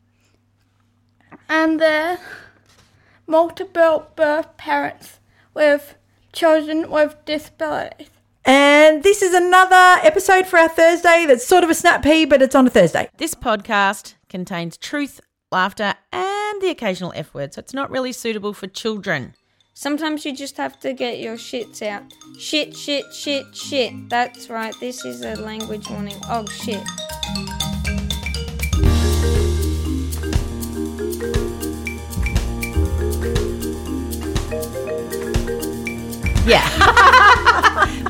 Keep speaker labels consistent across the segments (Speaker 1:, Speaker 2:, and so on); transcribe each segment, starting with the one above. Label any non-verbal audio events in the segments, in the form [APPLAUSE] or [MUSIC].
Speaker 1: and their multiple birth parents with children with disabilities.
Speaker 2: And this is another episode for our Thursday that's sort of a snap pea, but it's on a Thursday.
Speaker 3: This podcast contains truth, laughter, and the occasional F word, so it's not really suitable for children.
Speaker 4: Sometimes you just have to get your shits out. Shit, shit, shit, shit. That's right, this is a language warning. Oh shit.
Speaker 3: Yeah.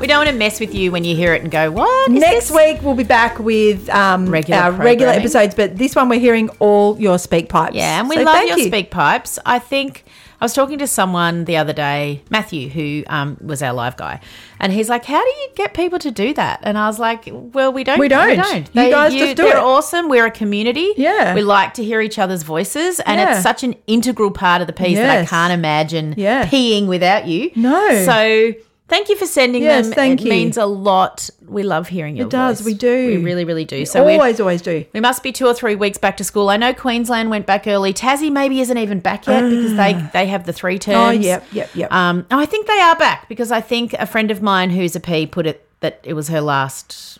Speaker 3: [LAUGHS] we don't want to mess with you when you hear it and go, what? is
Speaker 2: Next
Speaker 3: this?"
Speaker 2: week we'll be back with um,
Speaker 3: Regular
Speaker 2: our regular
Speaker 3: programming.
Speaker 2: episodes, but this one we're hearing all your speak pipes.
Speaker 3: Yeah, and we
Speaker 2: So
Speaker 3: love
Speaker 2: thank
Speaker 3: your
Speaker 2: you.
Speaker 3: speak pipes. I think I was talking to someone the other day, Matthew, who um, was our live guy, and he's like, "How do you get people to do that?" And I was like, "Well, we don't.
Speaker 2: We don't. You guys just do
Speaker 3: they're
Speaker 2: it.
Speaker 3: awesome. We're a community.
Speaker 2: Yeah.
Speaker 3: we like to hear each other's voices, and
Speaker 2: Yeah.
Speaker 3: it's such an integral part of the piece that I
Speaker 2: Yes.
Speaker 3: can't imagine
Speaker 2: Yeah.
Speaker 3: peeing without you.
Speaker 2: No.
Speaker 3: so." Thank you for sending
Speaker 2: Yes,
Speaker 3: them.
Speaker 2: thank
Speaker 3: it
Speaker 2: you.
Speaker 3: means a lot. We love hearing your
Speaker 2: It does,
Speaker 3: voice.
Speaker 2: we do.
Speaker 3: We really, really do. So we're-
Speaker 2: always, always do.
Speaker 3: we must be two or three weeks back to school. I know Queensland went back early. Tassie maybe isn't even back yet because they they have the three terms.
Speaker 2: Ah. Oh, yep, yep, yep.
Speaker 3: Um, oh, I think they are back because I think a friend of mine who's a P put it that it was her last.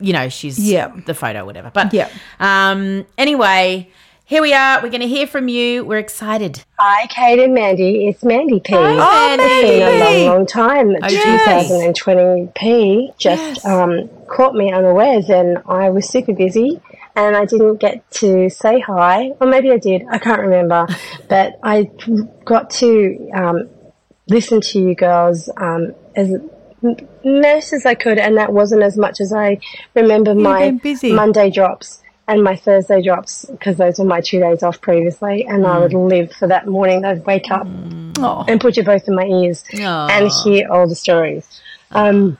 Speaker 3: You know, she's
Speaker 2: Yep.
Speaker 3: the photo, whatever. But
Speaker 2: Yep.
Speaker 3: Um, anyway, here we are. We're going to hear from you. We're excited.
Speaker 5: Hi, Kate and Mandy. It's Mandy P.
Speaker 2: oh,
Speaker 3: Mandy. Oh,
Speaker 5: It's been
Speaker 2: Mandy.
Speaker 5: a long, long time.
Speaker 3: yes.
Speaker 5: 2020p just um, caught me unawares, and I was super busy, and I didn't get to say hi, or maybe I did. I
Speaker 3: [LAUGHS]
Speaker 5: can't remember, but I got to um, listen to you girls um, as m- most as I could, and that wasn't as much as I remember my
Speaker 2: been busy.
Speaker 5: Monday drops and my Thursday drops because those were my two days off previously, and I
Speaker 2: Mm.
Speaker 5: would live for that morning. I'd wake up and put you both in my ears and hear all the stories. Um,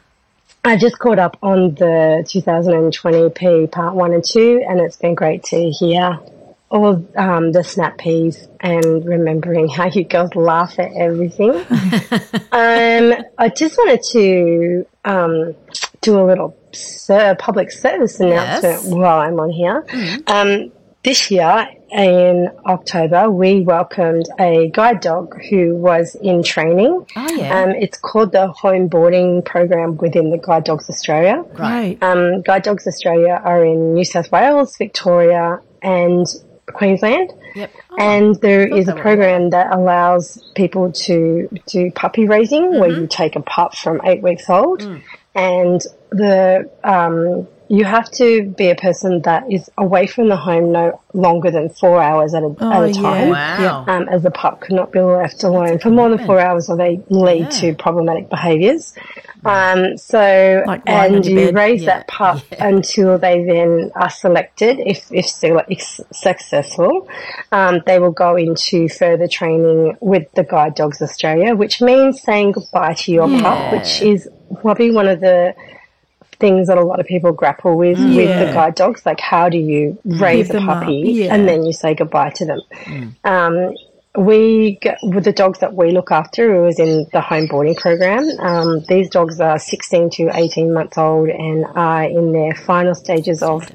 Speaker 5: I just caught up on the 2020p part one and two, and it's been great to hear all of, um, the snap peas and remembering how you girls laugh at
Speaker 3: [LAUGHS]
Speaker 5: everything. um, I just wanted to um, do a little ser- public service announcement
Speaker 3: Yes. Mm-hmm.
Speaker 5: while I'm on here. Um, this year in October, we welcomed a guide dog who was in training.
Speaker 3: Oh, yeah.
Speaker 5: Um, it's called the Home Boarding Program within the Guide Dogs Australia.
Speaker 2: Right.
Speaker 5: Um, Guide Dogs Australia are in New South Wales, Victoria, and Queensland.
Speaker 3: Yep.
Speaker 5: and there is a program that allows people to do puppy raising where you take a pup from eight weeks old and the um, you have to be a person that is away from the home no longer than four hours at a, at a
Speaker 2: yeah.
Speaker 5: time
Speaker 3: Wow.
Speaker 5: um, as the pup could not be left alone for more than four hours or they lead to problematic behaviours. Um, so,
Speaker 2: Like lying on
Speaker 5: and
Speaker 2: your
Speaker 5: you
Speaker 2: bed.
Speaker 5: raise that pup until they then are selected. If, if sele- if successful, um, they will go into further training with the Guide Dogs Australia, which means saying goodbye to your pup, which is probably one of the things that a lot of people grapple with with the guide dogs. Like, how do you raise a
Speaker 2: them up,
Speaker 5: puppy
Speaker 2: yeah.
Speaker 5: and then you say goodbye to them? Um, we g- with the dogs that we look after, it was in the home boarding program. Um, these dogs are 16 to 18 months old and are in their final stages of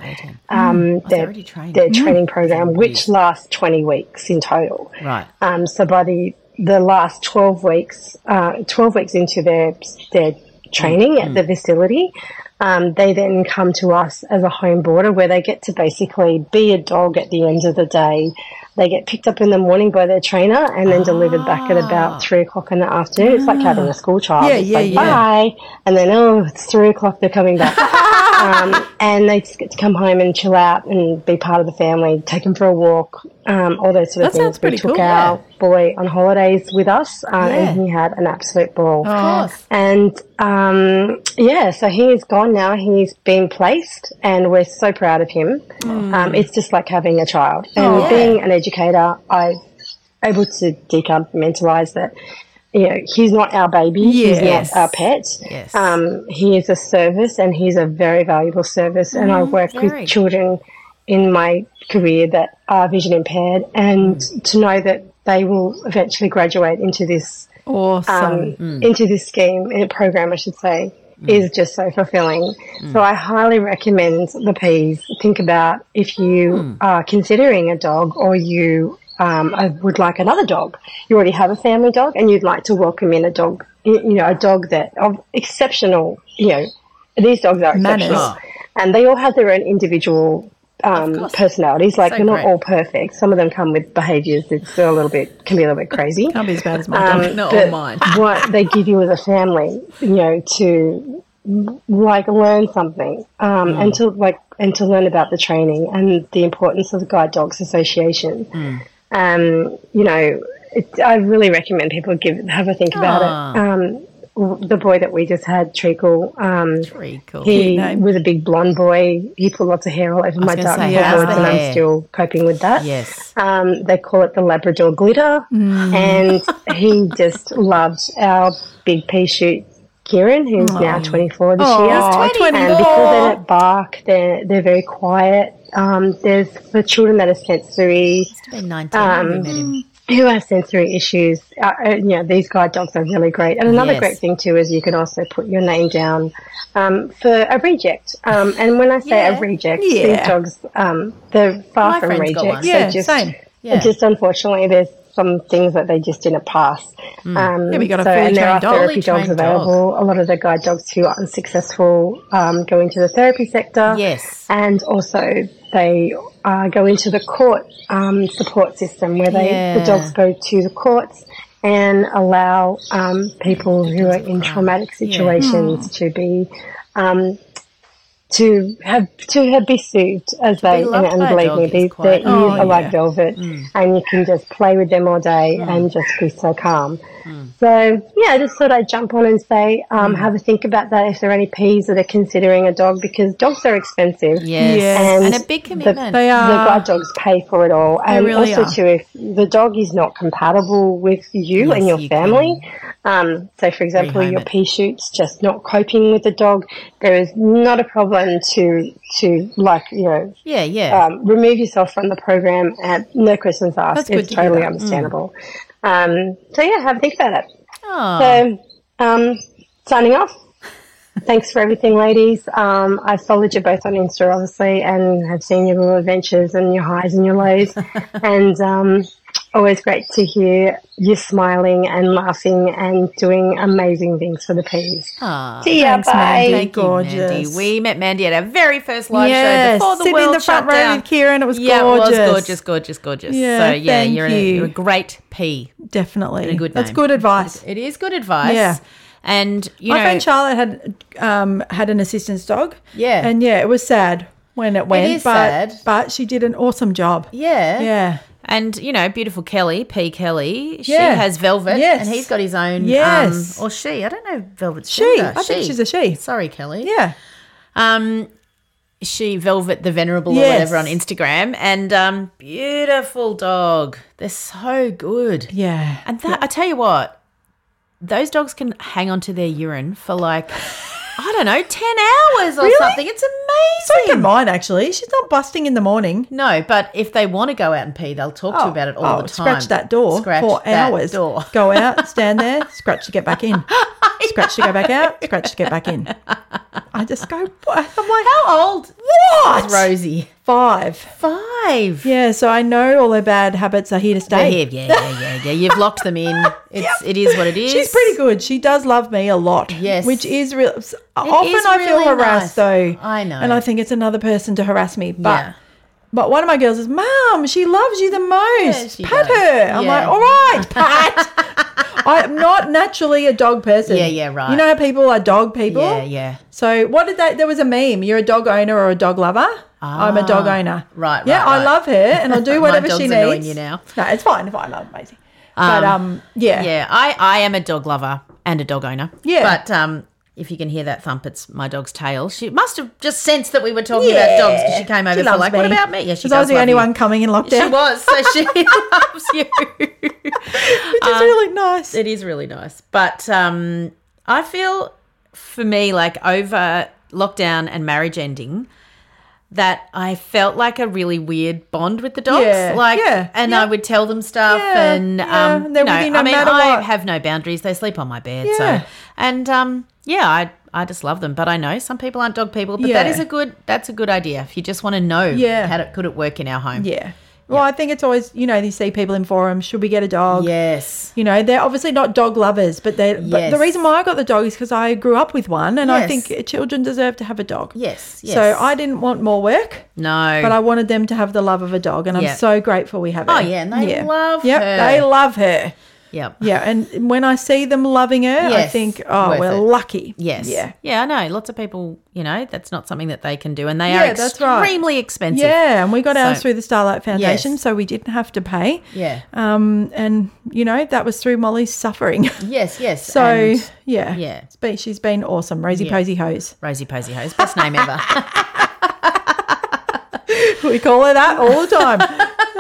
Speaker 5: um, their,
Speaker 3: Mm. already trained.
Speaker 5: their training program, which lasts 20 weeks in total.
Speaker 3: Right.
Speaker 5: Um, so by the the last twelve weeks, uh, twelve weeks into their their training at the facility, Um, they then come to us as a home boarder where they get to basically be a dog at the end of the day. They get picked up in the morning by their trainer and then delivered back at about three o'clock in the afternoon. It's like having a school child.
Speaker 2: Ah. Yeah,
Speaker 5: It's
Speaker 2: yeah,
Speaker 5: like,
Speaker 2: yeah.
Speaker 5: Bye. And then, oh, it's three o'clock, they're coming back.
Speaker 2: [LAUGHS]
Speaker 5: um, and they just get to come home and chill out and be part of the family, take them for a walk, um, all those sort of
Speaker 2: That sounds
Speaker 5: things. We
Speaker 2: pretty
Speaker 5: took
Speaker 2: cool,
Speaker 5: our boy on holidays with us uh, and
Speaker 2: Yeah.
Speaker 5: he had an absolute ball.
Speaker 2: Of course.
Speaker 5: And um, yeah, so he is gone now. He's been placed, and we're so proud of him.
Speaker 2: Mm.
Speaker 5: Um, it's just like having a child.
Speaker 2: Oh,
Speaker 5: And being an educator, I able to decompartmentalize that. You know, he's not our baby.
Speaker 2: Yes.
Speaker 5: He's not our pet.
Speaker 3: Yes.
Speaker 5: Um, he is a service, and he's a very valuable service. And I work
Speaker 3: Oh, very.
Speaker 5: with children in my career that are vision impaired, and
Speaker 3: Mm.
Speaker 5: to know that they will eventually graduate into this
Speaker 2: Awesome.
Speaker 5: um,
Speaker 3: Mm.
Speaker 5: into this scheme and program, I should say, is just so fulfilling.
Speaker 3: Mm.
Speaker 5: So I highly recommend the P's. Think about if you
Speaker 3: Mm.
Speaker 5: are considering a dog or you um, uh, would like another dog. You already have a family dog and you'd like to welcome in a dog, y- you know, a dog that of exceptional, you know, these dogs are
Speaker 2: Manners.
Speaker 5: exceptional.
Speaker 3: Ah.
Speaker 5: And they all have their own individual um, personalities. Like
Speaker 3: So
Speaker 5: they're not
Speaker 3: great.
Speaker 5: all perfect. Some of them come with behaviours that are a little bit, can be a little bit crazy
Speaker 2: Can't be as bad as my dog.
Speaker 3: Not [LAUGHS]
Speaker 5: Um, but
Speaker 3: all Oh, mine.
Speaker 5: [LAUGHS] what they give you as a family, you know, to like learn something um,
Speaker 3: Mm.
Speaker 5: and to like and to learn about the training and the importance of the Guide Dogs Association.
Speaker 3: Mm.
Speaker 5: Um, you know, it, I really recommend people give have a think about
Speaker 3: Ah.
Speaker 5: it. Um, w- the boy that we just had, Treacle, um,
Speaker 3: Very cool.
Speaker 5: he
Speaker 2: Cute name.
Speaker 5: was a big blonde boy. He put lots of hair all over my
Speaker 3: gonna
Speaker 5: dark
Speaker 3: say,
Speaker 5: hair
Speaker 3: how's
Speaker 5: boards,
Speaker 3: the
Speaker 5: and
Speaker 3: hair?
Speaker 5: I'm still coping with that.
Speaker 3: Yes.
Speaker 5: Um, they call it the Labrador glitter, and he just loved our big pea shoot, Kieran, who's now 24 this year.
Speaker 2: he's 24.
Speaker 5: And because they don't bark, they're they're very quiet. Um, there's for children that are sensory
Speaker 3: Must have been 19 when we met him.
Speaker 5: who have sensory issues, uh, uh, you know, these guide dogs are really great. And another
Speaker 3: Yes.
Speaker 5: great thing too is you can also put your name down um, for a reject. Um, and when I say a reject,
Speaker 2: Yeah.
Speaker 5: these dogs, um, they're far
Speaker 3: My
Speaker 5: from
Speaker 3: friend's got one.
Speaker 5: rejects.
Speaker 2: Yeah,
Speaker 5: they just,
Speaker 2: same.
Speaker 3: Yeah.
Speaker 5: Just unfortunately, there's some things that they just didn't pass. Um,
Speaker 2: Yeah, we got a
Speaker 5: so,
Speaker 2: fully
Speaker 5: and there are
Speaker 2: trained dog.
Speaker 5: therapy
Speaker 3: Fully
Speaker 5: dogs
Speaker 3: trained dog.
Speaker 5: available. A lot of the guide dogs who are unsuccessful um, go into the therapy sector.
Speaker 3: Yes.
Speaker 5: And also, they uh, go into the court um, support system where they
Speaker 3: Yeah.
Speaker 5: the dogs go to the courts and allow um, people who are in traumatic situations
Speaker 3: Hmm.
Speaker 5: to be um, to have to have be soothed as they and,
Speaker 3: loved
Speaker 5: and
Speaker 3: by a
Speaker 5: believe
Speaker 3: dog
Speaker 5: me,
Speaker 3: is
Speaker 5: these, their
Speaker 3: quite-
Speaker 5: ears
Speaker 3: Oh,
Speaker 5: are like velvet, and you can just play with them all day
Speaker 3: Hmm.
Speaker 5: and just be so calm. So yeah, I just thought I'd jump on and say, um,
Speaker 3: Mm.
Speaker 5: have a think about that if there are any P's that are considering a dog because dogs are expensive.
Speaker 3: Yes.
Speaker 2: Yes.
Speaker 3: And,
Speaker 5: And
Speaker 3: a big
Speaker 5: the-
Speaker 3: commitment.
Speaker 2: They
Speaker 5: The
Speaker 2: are.
Speaker 5: guide dogs pay for it all, and
Speaker 2: really
Speaker 5: also
Speaker 2: are.
Speaker 5: too, if the dog is not compatible with you and your
Speaker 3: you can
Speaker 5: family, um, so for example,
Speaker 3: rehome
Speaker 5: your
Speaker 3: it.
Speaker 5: pea shoot's just not coping with the dog, there is not a problem to to like you know
Speaker 3: yeah, yeah.
Speaker 5: um, remove yourself from the program at no questions asked.
Speaker 2: That's good
Speaker 5: it's
Speaker 2: to hear
Speaker 5: totally
Speaker 2: that. Mm.
Speaker 5: understandable. Um, so yeah, have a think about it.
Speaker 2: Ah.
Speaker 3: oh,
Speaker 5: So, um, signing off. Thanks for everything, ladies. Um, I've followed you both on Insta, obviously, and have seen your little adventures and your highs and
Speaker 2: [LAUGHS]
Speaker 5: your lows. and um, always great to hear you smiling and laughing and doing amazing things for the peas.
Speaker 3: ah.
Speaker 5: See ya.
Speaker 2: Thanks,
Speaker 5: bye.
Speaker 2: Mandy.
Speaker 3: Thank you, Mandy.
Speaker 2: Gorgeous.
Speaker 3: We met Mandy at our very first live
Speaker 2: Yes,
Speaker 3: show before the
Speaker 2: sitting in
Speaker 3: world
Speaker 2: the front
Speaker 3: shut
Speaker 2: row
Speaker 3: down.
Speaker 2: with Kieran, it was
Speaker 3: yeah, it was
Speaker 2: gorgeous.
Speaker 3: gorgeous, gorgeous, gorgeous.
Speaker 2: Yeah,
Speaker 3: so yeah,
Speaker 2: thank
Speaker 3: you're, A,
Speaker 2: you.
Speaker 3: you're a great P.
Speaker 2: Definitely.
Speaker 3: good
Speaker 2: That's
Speaker 3: name.
Speaker 2: good advice.
Speaker 3: It is good advice.
Speaker 2: Yeah.
Speaker 3: And you
Speaker 2: My
Speaker 3: know,
Speaker 2: friend Charlotte had um, had an assistance dog.
Speaker 3: Yeah.
Speaker 2: And yeah, it was sad when it went.
Speaker 3: is
Speaker 2: but,
Speaker 3: sad.
Speaker 2: But she did an awesome job.
Speaker 3: yeah,
Speaker 2: Yeah.
Speaker 3: And you know, beautiful Kelly, P. Kelly, she
Speaker 2: Yeah.
Speaker 3: has Velvet,
Speaker 2: Yes.
Speaker 3: and he's got his own.
Speaker 2: Yes.
Speaker 3: um, or she. I don't know. if Velvet's
Speaker 2: She.
Speaker 3: gender.
Speaker 2: I think she's a she.
Speaker 3: Sorry, Kelly.
Speaker 2: Yeah.
Speaker 3: Um, she Velvet the Venerable or
Speaker 2: Yes.
Speaker 3: whatever on Instagram, and um, beautiful dog. They're so good.
Speaker 2: Yeah.
Speaker 3: And that I tell you what, those dogs can hang onto their urine for like I don't know, ten hours or something. It's
Speaker 2: So
Speaker 3: amazing.
Speaker 2: can mine actually. She's not busting in the morning.
Speaker 3: No, but if they want to go out and pee, they'll talk to you about it all
Speaker 2: oh,
Speaker 3: the time.
Speaker 2: Scratch that door
Speaker 3: Scratch
Speaker 2: for
Speaker 3: that
Speaker 2: hours.
Speaker 3: Door.
Speaker 2: [LAUGHS] Go out, stand there, scratch to get back in. Scratch to go back out, scratch to get back [LAUGHS] in. I just go, what? I'm like,
Speaker 3: How old
Speaker 2: what?
Speaker 3: is Rosie?
Speaker 2: Five.
Speaker 3: Five.
Speaker 2: Yeah, so I know all her bad habits are here to
Speaker 3: Yeah,
Speaker 2: stay.
Speaker 3: yeah, yeah, yeah, yeah, yeah. You've locked
Speaker 2: [LAUGHS]
Speaker 3: them in. It's it is what it is.
Speaker 2: She's pretty good. She does love me a lot.
Speaker 3: Yes.
Speaker 2: Which is real. s- often
Speaker 3: is
Speaker 2: I feel
Speaker 3: really nice.
Speaker 2: harassed though.
Speaker 3: I know.
Speaker 2: And I think it's another person to harass me. But
Speaker 3: Yeah.
Speaker 2: but one of my girls is, Mom, she loves you the most.
Speaker 3: she
Speaker 2: Pat
Speaker 3: does.
Speaker 2: her. I'm
Speaker 3: Yeah.
Speaker 2: like, All right, Pat. [LAUGHS] I'm not naturally a dog person.
Speaker 3: Yeah, yeah, right.
Speaker 2: You know how people are dog people?
Speaker 3: Yeah, yeah.
Speaker 2: So what did that? There was a meme. You're a dog owner or a dog lover. I'm a dog owner.
Speaker 3: Ah, Right,
Speaker 2: Yeah,
Speaker 3: right,
Speaker 2: I
Speaker 3: right.
Speaker 2: love her, and I'll do
Speaker 3: [LAUGHS] My
Speaker 2: whatever she
Speaker 3: dog's
Speaker 2: needs.
Speaker 3: annoying you now.
Speaker 2: No, it's fine. Fine. I love Maisie. but um, yeah,
Speaker 3: Yeah, I, I am a dog lover and a dog owner.
Speaker 2: Yeah.
Speaker 3: But um, if you can hear that thump, it's my dog's tail. She must have just sensed that we were talking about dogs because she came over for
Speaker 2: loves
Speaker 3: like, what about me? Yeah, she
Speaker 2: Because I was
Speaker 3: does
Speaker 2: the
Speaker 3: love
Speaker 2: only
Speaker 3: you.
Speaker 2: one coming in lockdown. [LAUGHS]
Speaker 3: She was, so she [LAUGHS] loves you.
Speaker 2: which is really nice.
Speaker 3: [LAUGHS] It is really nice. But um, I feel for me, like over lockdown and marriage ending, that I felt like a really weird bond with the dogs.
Speaker 2: Yeah,
Speaker 3: Like,
Speaker 2: yeah,
Speaker 3: and
Speaker 2: yeah.
Speaker 3: I would tell them stuff,
Speaker 2: Yeah,
Speaker 3: and
Speaker 2: yeah,
Speaker 3: um,
Speaker 2: they're
Speaker 3: you know,
Speaker 2: with you no
Speaker 3: I mean,
Speaker 2: matter
Speaker 3: I
Speaker 2: what.
Speaker 3: have no boundaries. They sleep on my bed,
Speaker 2: Yeah.
Speaker 3: so and um, yeah, I I just love them. But I know some people aren't dog people. But that
Speaker 2: Yeah.
Speaker 3: is a good that's a good idea if you just want to know.
Speaker 2: Yeah.
Speaker 3: how it, could it work in our home?
Speaker 2: yeah. Well, I think it's always you know you see people in forums. Should we get a dog?
Speaker 3: Yes.
Speaker 2: You know, they're obviously not dog lovers, but they. But the
Speaker 3: Yes.
Speaker 2: reason why I got the dog is because I grew up with one, and I
Speaker 3: Yes.
Speaker 2: think children deserve to have a dog.
Speaker 3: Yes. Yes.
Speaker 2: So I didn't want more work.
Speaker 3: no.
Speaker 2: but I wanted them to have the love of a dog, and
Speaker 3: Yeah.
Speaker 2: I'm so grateful we have it.
Speaker 3: Oh, yeah, and they love
Speaker 2: yep,
Speaker 3: her.
Speaker 2: They love her.
Speaker 3: yep.
Speaker 2: Yeah, and when I see them loving her, I
Speaker 3: Yes,
Speaker 2: think, oh,
Speaker 3: worth
Speaker 2: we're
Speaker 3: it.
Speaker 2: lucky.
Speaker 3: Yes.
Speaker 2: yeah,
Speaker 3: Yeah, I know. Lots of people, you know, that's not something that they can do, and they are
Speaker 2: Yeah, that's right.
Speaker 3: extremely expensive.
Speaker 2: yeah. And we got ours
Speaker 3: So-
Speaker 2: through the Starlight Foundation,
Speaker 3: Yes.
Speaker 2: so we didn't have to pay.
Speaker 3: Yeah.
Speaker 2: Um, and you know that was through Molly's suffering.
Speaker 3: Yes.
Speaker 2: [LAUGHS]
Speaker 3: Yes.
Speaker 2: so
Speaker 3: and
Speaker 2: yeah,
Speaker 3: yeah.
Speaker 2: It's been- she's been awesome. Rosie Posy Hose, [LAUGHS]
Speaker 3: Rosie Posy Hose, best name ever.
Speaker 2: we call her that all the time.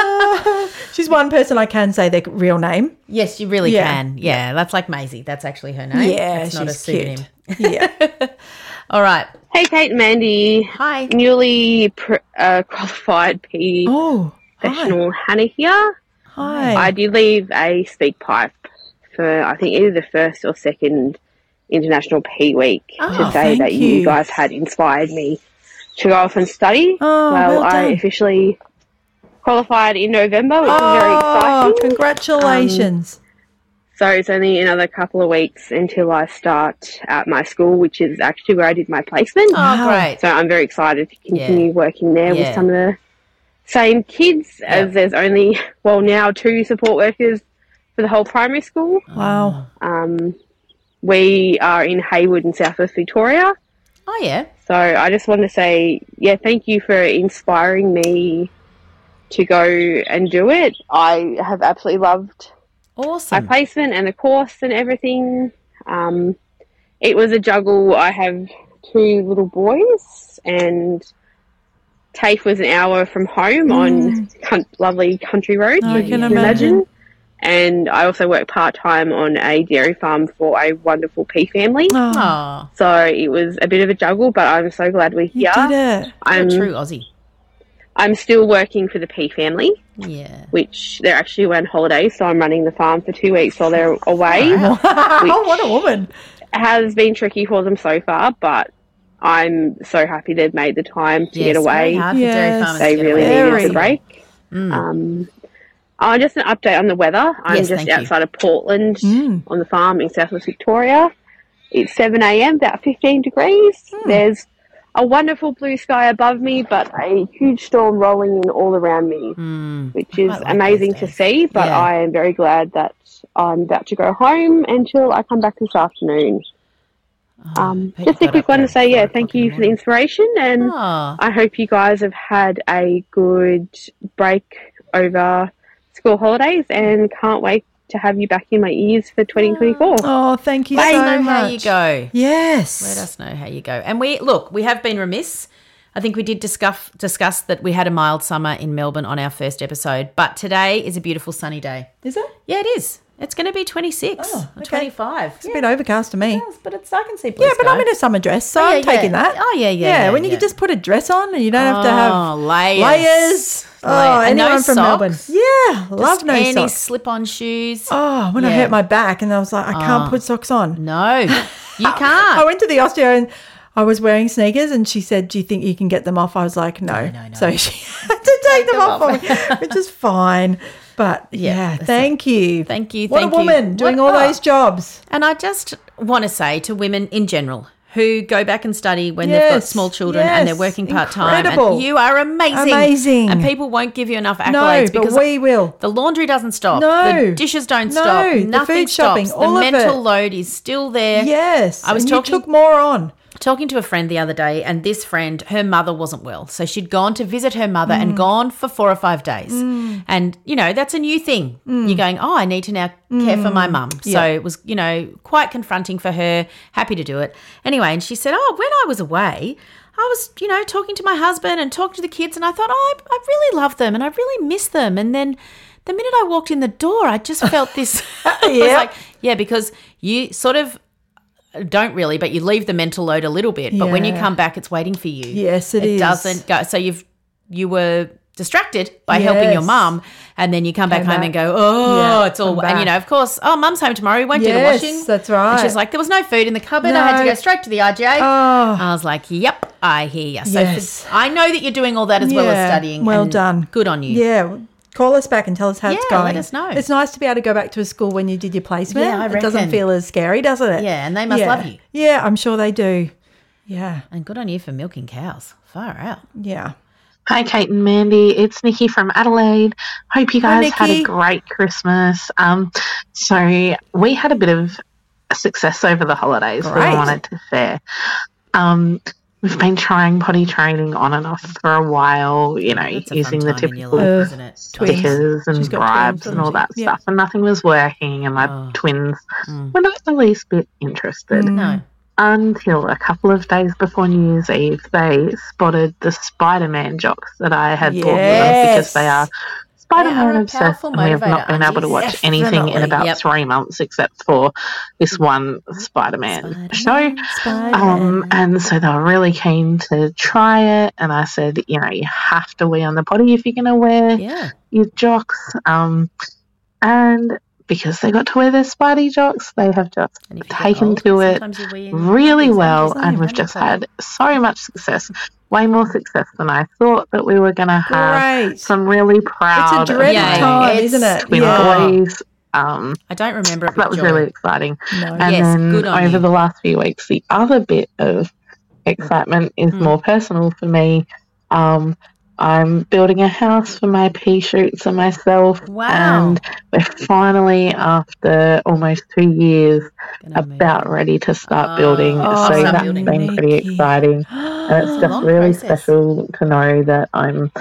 Speaker 2: Uh, [LAUGHS] she's one person I can say their real name.
Speaker 3: yes, you really
Speaker 2: Yeah.
Speaker 3: can. Yeah, that's like Maisie. That's actually her name.
Speaker 2: Yeah,
Speaker 3: it's not a
Speaker 2: she's
Speaker 3: pseudonym.
Speaker 2: cute. Yeah.
Speaker 3: [LAUGHS] All right.
Speaker 6: Hey, Kate and Mandy.
Speaker 3: Hi.
Speaker 6: Newly pr- uh, qualified PE
Speaker 2: Oh, hi.
Speaker 6: professional Hannah here.
Speaker 2: hi.
Speaker 6: I did leave a speak pipe for, I think, either the first or second International PE Week to say
Speaker 2: Ah, thank
Speaker 6: that you.
Speaker 2: you.
Speaker 6: guys had inspired me to go off and study.
Speaker 2: Oh, well
Speaker 6: I
Speaker 2: done.
Speaker 6: officially qualified in November, which is very
Speaker 2: Oh,
Speaker 6: exciting.
Speaker 2: congratulations.
Speaker 6: So it's only another couple of weeks until I start at my school, which is actually where I did my placement.
Speaker 3: Oh, great.
Speaker 6: So I'm very excited to continue
Speaker 3: Yeah.
Speaker 6: working there
Speaker 3: Yeah.
Speaker 6: with some of the same kids as there's only, well, now two support workers for the whole primary school.
Speaker 2: wow.
Speaker 3: oh.
Speaker 6: Um, we are in Haywood in Southwest Victoria.
Speaker 3: Oh yeah.
Speaker 6: So I just want to say, yeah, thank you for inspiring me to go and do it. I have absolutely loved my
Speaker 3: Awesome.
Speaker 6: placement and the course and everything. Um, it was a juggle. I have two little boys, and TAFE was an hour from home on con- lovely country roads.
Speaker 2: Mm. I
Speaker 6: as you
Speaker 2: can imagine.
Speaker 6: And I also work part time on a dairy farm for a wonderful pea family.
Speaker 2: Oh,
Speaker 3: Oh,
Speaker 6: So it was a bit of a juggle, but I'm so glad we're
Speaker 2: you
Speaker 6: here. [LAUGHS]
Speaker 2: did it.
Speaker 3: you're a
Speaker 6: I'm
Speaker 3: true Aussie.
Speaker 6: I'm still working for the pea family,
Speaker 3: Yeah.
Speaker 6: which they're actually away on holiday, so I'm running the farm for two weeks while they're
Speaker 2: [LAUGHS]
Speaker 6: away.
Speaker 2: oh, what a woman.
Speaker 6: has been tricky for them so far, but I'm so happy they've made the time to
Speaker 3: Yes,
Speaker 6: get
Speaker 3: Very
Speaker 6: away.
Speaker 3: hard for dairy
Speaker 2: Yes.
Speaker 3: farmers to
Speaker 6: They
Speaker 3: get
Speaker 6: really
Speaker 3: away. Mm.
Speaker 2: Very.
Speaker 6: needed the break. Um, oh, just an update on the weather. I'm
Speaker 3: Yes,
Speaker 6: just
Speaker 3: thank you.
Speaker 6: outside of Portland
Speaker 2: Mm.
Speaker 6: on the farm in Southwest Victoria. It's 7 a.m., about 15 degrees.
Speaker 3: Hmm.
Speaker 6: There's a wonderful blue sky above me, but a huge storm rolling in all around me,
Speaker 3: Mm.
Speaker 6: which is
Speaker 3: like those
Speaker 6: amazing to
Speaker 3: days.
Speaker 6: see. But
Speaker 3: Yeah.
Speaker 6: I am very glad that I'm about to go home until I come back this afternoon.
Speaker 3: Oh,
Speaker 6: Um,
Speaker 3: I bet
Speaker 6: just
Speaker 3: you
Speaker 6: a
Speaker 3: got
Speaker 6: quick
Speaker 3: up
Speaker 6: one
Speaker 3: there
Speaker 6: to say,
Speaker 3: at
Speaker 6: yeah,
Speaker 3: four
Speaker 6: thank
Speaker 3: o'clock in
Speaker 6: you
Speaker 3: the
Speaker 6: for the inspiration, and
Speaker 7: Ah.
Speaker 3: Oh,
Speaker 6: I hope you guys have had a good break over school holidays, and can't wait to have you back in my ears for 2024.
Speaker 7: Ah.
Speaker 2: Oh, thank you
Speaker 3: let
Speaker 2: so
Speaker 3: us know
Speaker 2: much.
Speaker 3: how you go.
Speaker 2: Yes.
Speaker 3: Let us know how you go. And we look, we have been remiss. I think we did discuss discuss that we had a mild summer in Melbourne on our first episode, but today is a beautiful sunny day.
Speaker 2: Is it?
Speaker 3: Yeah, it is. It's going to be 26
Speaker 2: Oh,
Speaker 3: or
Speaker 2: okay.
Speaker 3: 25.
Speaker 2: It's a bit overcast to me. Yeah,
Speaker 3: but it's I can see blue
Speaker 2: but
Speaker 3: sky.
Speaker 2: I'm in a summer dress, so
Speaker 3: Oh, yeah,
Speaker 2: I'm taking
Speaker 3: yeah.
Speaker 2: that.
Speaker 3: Oh, yeah, yeah,
Speaker 2: Yeah,
Speaker 3: yeah,
Speaker 2: when you
Speaker 3: yeah.
Speaker 2: can just put a dress on and you don't have to
Speaker 3: Oh,
Speaker 2: have
Speaker 3: layers.
Speaker 2: layers.
Speaker 3: Definitely.
Speaker 2: Oh,
Speaker 3: and
Speaker 2: anyone
Speaker 3: no
Speaker 2: from
Speaker 3: socks.
Speaker 2: Melbourne? Yeah, love
Speaker 3: Just
Speaker 2: no
Speaker 3: any
Speaker 2: socks.
Speaker 3: slip-on shoes.
Speaker 2: Oh, when I
Speaker 3: Yeah. Oh.
Speaker 2: hurt my back and I was like, I can't put socks on. [LAUGHS]
Speaker 3: No, you
Speaker 2: I
Speaker 3: can't.
Speaker 2: went to the osteo and I was wearing sneakers and she said, Do you think you can get them off? I was like, No. So [LAUGHS] she had to take, them, off, for me, which is fine.
Speaker 3: [LAUGHS]
Speaker 2: But yeah, thank you.
Speaker 3: Thank you,
Speaker 2: What
Speaker 3: thank
Speaker 2: a
Speaker 3: you.
Speaker 2: woman doing all
Speaker 3: What-
Speaker 2: those jobs.
Speaker 3: And I just want to say to women in general who go back and study when they've got
Speaker 2: Yes,
Speaker 3: small children and they're
Speaker 2: yes,
Speaker 3: working part time,
Speaker 2: incredible.
Speaker 3: and you are amazing,
Speaker 2: Amazing.
Speaker 3: and people won't give you enough
Speaker 2: No,
Speaker 3: accolades
Speaker 2: but
Speaker 3: because
Speaker 2: we will.
Speaker 3: the laundry doesn't stop,
Speaker 2: No.
Speaker 3: the dishes don't
Speaker 2: No,
Speaker 3: stop,
Speaker 2: the
Speaker 3: nothing
Speaker 2: food
Speaker 3: stops,
Speaker 2: shopping, all
Speaker 3: the
Speaker 2: of
Speaker 3: mental
Speaker 2: it.
Speaker 3: load is still there.
Speaker 2: Yes.
Speaker 3: I was
Speaker 2: and
Speaker 3: talking-
Speaker 2: You took more on.
Speaker 3: talking to a friend the other day, and this friend, her mother wasn't well. So she'd gone to visit her mother and gone for four or five days. And, you know, that's a new thing. You're going, oh, I need to now care for my mum. So it was, you know, quite confronting for her. Happy to do it. Anyway, and she said, oh, when I was away, I was, you know, talking to my husband and talking to the kids, and I thought, oh, I, I really love them and I really miss them. And then the minute I walked in the door, I just felt this. [LAUGHS] I was
Speaker 2: Yeah.
Speaker 3: like, yeah, because you sort of don't really, but you leave the mental load a little bit. But when you
Speaker 2: Yeah.
Speaker 3: come back, it's waiting for you.
Speaker 2: Yes, it
Speaker 3: it
Speaker 2: is.
Speaker 3: doesn't go. So you've you were distracted by helping your
Speaker 2: Yes.
Speaker 3: mum, and then you come back
Speaker 2: Came
Speaker 3: home
Speaker 2: back.
Speaker 3: and go, oh,
Speaker 2: Yeah,
Speaker 3: it's all.
Speaker 2: I'm
Speaker 3: And you know,
Speaker 2: back.
Speaker 3: of course, oh, mum's home tomorrow. We won't
Speaker 2: Yes,
Speaker 3: do the washing.
Speaker 2: that's
Speaker 3: And
Speaker 2: right.
Speaker 3: she's like, there was no food in the cupboard. I had to
Speaker 2: No.
Speaker 3: go straight to the IGA.
Speaker 2: Oh.
Speaker 3: I was like, yep, I hear you. So
Speaker 2: Yes.
Speaker 3: for- I know that you're doing all that as well as
Speaker 2: Yeah,
Speaker 3: studying.
Speaker 2: well
Speaker 3: and
Speaker 2: done.
Speaker 3: Good on you.
Speaker 2: Yeah. well, Call us back and tell us how it's
Speaker 3: Yeah,
Speaker 2: going.
Speaker 3: let us know.
Speaker 2: It's nice to be able to go back to a school when you did your placement.
Speaker 3: Yeah, I
Speaker 2: It doesn't
Speaker 3: reckon.
Speaker 2: feel as scary, doesn't it?
Speaker 3: Yeah, and they must
Speaker 2: yeah.
Speaker 3: love you.
Speaker 2: Yeah, I'm sure they do. Yeah.
Speaker 3: And good on you for milking cows. Far out.
Speaker 2: Yeah.
Speaker 7: Hi, Kate and Mandy. It's Nikki from Adelaide. Hope you
Speaker 2: Hi,
Speaker 7: guys had a
Speaker 2: Nikki.
Speaker 7: great Christmas. Um, so we had a bit of success over the holidays.
Speaker 2: Great.
Speaker 7: We wanted to share. Um, we've been trying potty training on and off for a while. You know,
Speaker 3: That's a
Speaker 7: using
Speaker 3: fun
Speaker 7: the
Speaker 3: time in your
Speaker 7: typical
Speaker 3: life,
Speaker 2: Uh,
Speaker 3: isn't it?
Speaker 2: twins.
Speaker 7: stickers
Speaker 2: She's
Speaker 7: and
Speaker 2: got
Speaker 7: bribes
Speaker 2: twins,
Speaker 7: and all that
Speaker 2: hasn't she? Yeah.
Speaker 7: stuff, and nothing was working. And my
Speaker 3: Oh.
Speaker 7: twins
Speaker 3: Mm.
Speaker 7: were not the least bit interested
Speaker 2: Mm.
Speaker 3: No.
Speaker 7: until a couple of days before New Year's Eve, they spotted the Spider Man jocks that I had bought for them because they
Speaker 2: Yes.
Speaker 7: are Spider
Speaker 3: They are
Speaker 7: Man
Speaker 3: a
Speaker 7: obsessed,
Speaker 3: powerful
Speaker 7: and we have not
Speaker 3: motivator,
Speaker 7: been able to watch
Speaker 3: aren't they?
Speaker 7: anything in
Speaker 3: Definitely,
Speaker 7: about
Speaker 3: yep.
Speaker 7: three months except for this one Spider Man show. Um,
Speaker 2: Spider-Man.
Speaker 7: and so they were really keen to try it, and I said, you know, you have to wear on the potty if you're going to wear
Speaker 3: Yeah.
Speaker 7: your jocks. Um, and because they got to wear their Spidey jocks, they have just
Speaker 3: And if you get
Speaker 7: taken
Speaker 3: old,
Speaker 7: to it
Speaker 3: sometimes you wear-
Speaker 7: really
Speaker 3: sometimes
Speaker 7: well,
Speaker 3: you
Speaker 7: and
Speaker 3: wear
Speaker 7: we've just
Speaker 3: them.
Speaker 7: had so much success, way more success than I thought that we were going to have.
Speaker 2: Great.
Speaker 7: So I'm really proud.
Speaker 2: it's a dreadful
Speaker 7: of
Speaker 3: Yeah,
Speaker 7: my
Speaker 2: time,
Speaker 3: it's
Speaker 2: isn't it?
Speaker 7: Twin boys. Um,
Speaker 3: I don't remember it.
Speaker 7: that was really exciting.
Speaker 2: No.
Speaker 7: And
Speaker 3: Yes,
Speaker 7: then
Speaker 3: good on
Speaker 7: over
Speaker 3: you.
Speaker 7: the last few weeks, the other bit of excitement is
Speaker 3: Hmm.
Speaker 7: more personal for me. Um, I'm building a house for my pea shoots and myself.
Speaker 3: Wow.
Speaker 7: And we're finally, after almost two years, about ready to start
Speaker 3: Oh,
Speaker 7: building.
Speaker 3: oh,
Speaker 7: so
Speaker 3: start
Speaker 7: that's
Speaker 3: building.
Speaker 7: been pretty
Speaker 2: Nikki.
Speaker 7: exciting.
Speaker 3: [GASPS]
Speaker 7: And it's just
Speaker 3: long
Speaker 7: uh, really
Speaker 3: process.
Speaker 7: special to know that I'm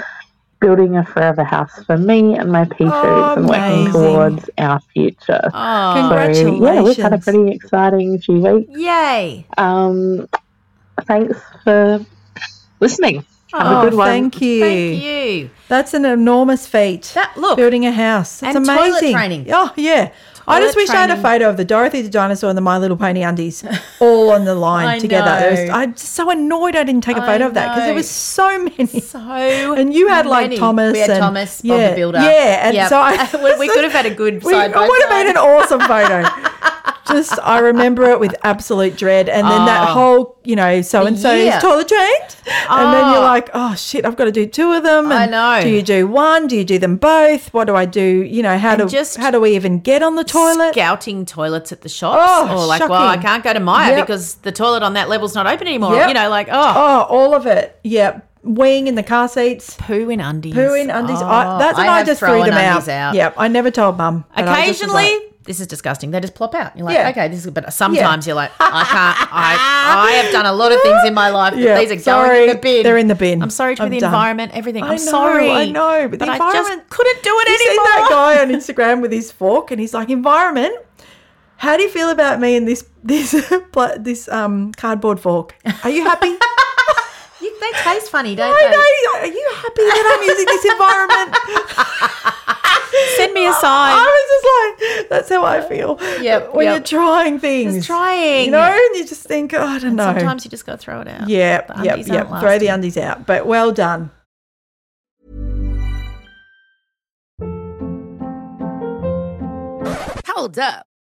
Speaker 7: building a forever house for me and my P-shirts
Speaker 2: Oh,
Speaker 7: and working
Speaker 2: amazing.
Speaker 7: towards our future.
Speaker 3: Oh,
Speaker 7: So yeah, we've had a
Speaker 2: Congratulations.
Speaker 7: pretty exciting few weeks.
Speaker 3: yay.
Speaker 7: Um, thanks for listening. Have
Speaker 2: Oh,
Speaker 7: a good one.
Speaker 2: Thank you.
Speaker 3: Thank you.
Speaker 2: That's an enormous feat.
Speaker 3: That look.
Speaker 2: building a house. It's
Speaker 3: And toilet
Speaker 2: amazing.
Speaker 3: training.
Speaker 2: Oh yeah. I just
Speaker 3: Toilet
Speaker 2: wish I had a
Speaker 3: training.
Speaker 2: photo of the Dorothy the dinosaur and the My Little Pony undies all on the
Speaker 3: [LAUGHS] I
Speaker 2: line together. It was-
Speaker 3: know.
Speaker 2: I'm just so annoyed I didn't take a
Speaker 3: I
Speaker 2: photo of that because
Speaker 3: know.
Speaker 2: there was so many.
Speaker 7: [LAUGHS]
Speaker 3: So
Speaker 2: and you had like
Speaker 3: many.
Speaker 2: Thomas.
Speaker 3: We had
Speaker 2: and,
Speaker 3: Thomas, Bob the Builder.
Speaker 2: Yeah, and
Speaker 3: Yep.
Speaker 2: so I,
Speaker 3: [LAUGHS] We- we could have had a
Speaker 7: [LAUGHS]
Speaker 2: [LAUGHS]
Speaker 3: good
Speaker 2: We-
Speaker 3: side by
Speaker 2: It would have
Speaker 3: side.
Speaker 2: been an awesome photo.
Speaker 3: [LAUGHS]
Speaker 2: Just I remember it with absolute dread, and then that
Speaker 3: Oh.
Speaker 2: whole you know so and so is
Speaker 3: year.
Speaker 2: toilet trained, and then you're
Speaker 3: Oh.
Speaker 2: like, oh shit, I've got to do two of them.
Speaker 3: I
Speaker 2: and
Speaker 3: know.
Speaker 2: Do you do one? Do you do them both? What do I do? You know how
Speaker 3: And
Speaker 2: do
Speaker 3: just
Speaker 2: how do we even get on the toilet?
Speaker 3: Scouting toilets at the shops,
Speaker 2: Oh,
Speaker 3: or like, well, I
Speaker 2: shocking.
Speaker 3: can't go to Maya
Speaker 2: Yep.
Speaker 3: because the toilet on that level's not open anymore.
Speaker 2: Yep.
Speaker 3: You know, like, oh,
Speaker 2: oh, all of it. Yeah, weeing in the car seats,
Speaker 3: poo in undies, Oh.
Speaker 2: pooing undies. I, that's when I,
Speaker 3: have
Speaker 2: just threw
Speaker 3: thrown
Speaker 2: them out.
Speaker 3: undies out.
Speaker 2: Yep, I never told mum. but I just was
Speaker 3: Occasionally,
Speaker 2: like,
Speaker 3: this is disgusting. They just plop out. You're like,
Speaker 2: Yeah.
Speaker 3: okay, this is. But sometimes you're like, I can't.
Speaker 2: [LAUGHS]
Speaker 3: I I have done a lot of things in my life. but
Speaker 2: Yeah,
Speaker 3: These are
Speaker 2: sorry,
Speaker 3: going in the bin.
Speaker 2: they're in the bin.
Speaker 3: I'm sorry to
Speaker 2: I'm
Speaker 3: the
Speaker 2: done.
Speaker 3: environment. Everything.
Speaker 2: I
Speaker 3: I'm
Speaker 2: know,
Speaker 3: sorry.
Speaker 2: I know, but the
Speaker 3: I just
Speaker 2: environment-
Speaker 3: couldn't do it
Speaker 2: You seen
Speaker 3: anymore.
Speaker 2: that guy
Speaker 3: [LAUGHS]
Speaker 2: on Instagram with his fork, and he's like, "Environment, how do you feel about me and this this [LAUGHS] pla- this um cardboard fork? Are you happy?
Speaker 3: [LAUGHS] You- they taste funny, don't
Speaker 2: I
Speaker 3: they?
Speaker 2: know. Are you happy that I'm using this
Speaker 3: [LAUGHS]
Speaker 2: environment?
Speaker 3: Send me a sign.
Speaker 2: I was just like, that's how I feel.
Speaker 3: Yep,
Speaker 2: When
Speaker 3: yep.
Speaker 2: you're trying things,
Speaker 3: Just trying.
Speaker 2: you know, and you just think, oh, I don't know.
Speaker 3: Sometimes you just got to throw it out.
Speaker 2: yeah,
Speaker 3: The
Speaker 2: yeah,
Speaker 3: undies
Speaker 2: yeah.
Speaker 3: aren't
Speaker 2: Throw the
Speaker 3: lasting.
Speaker 2: undies out, but well done.
Speaker 8: Hold up.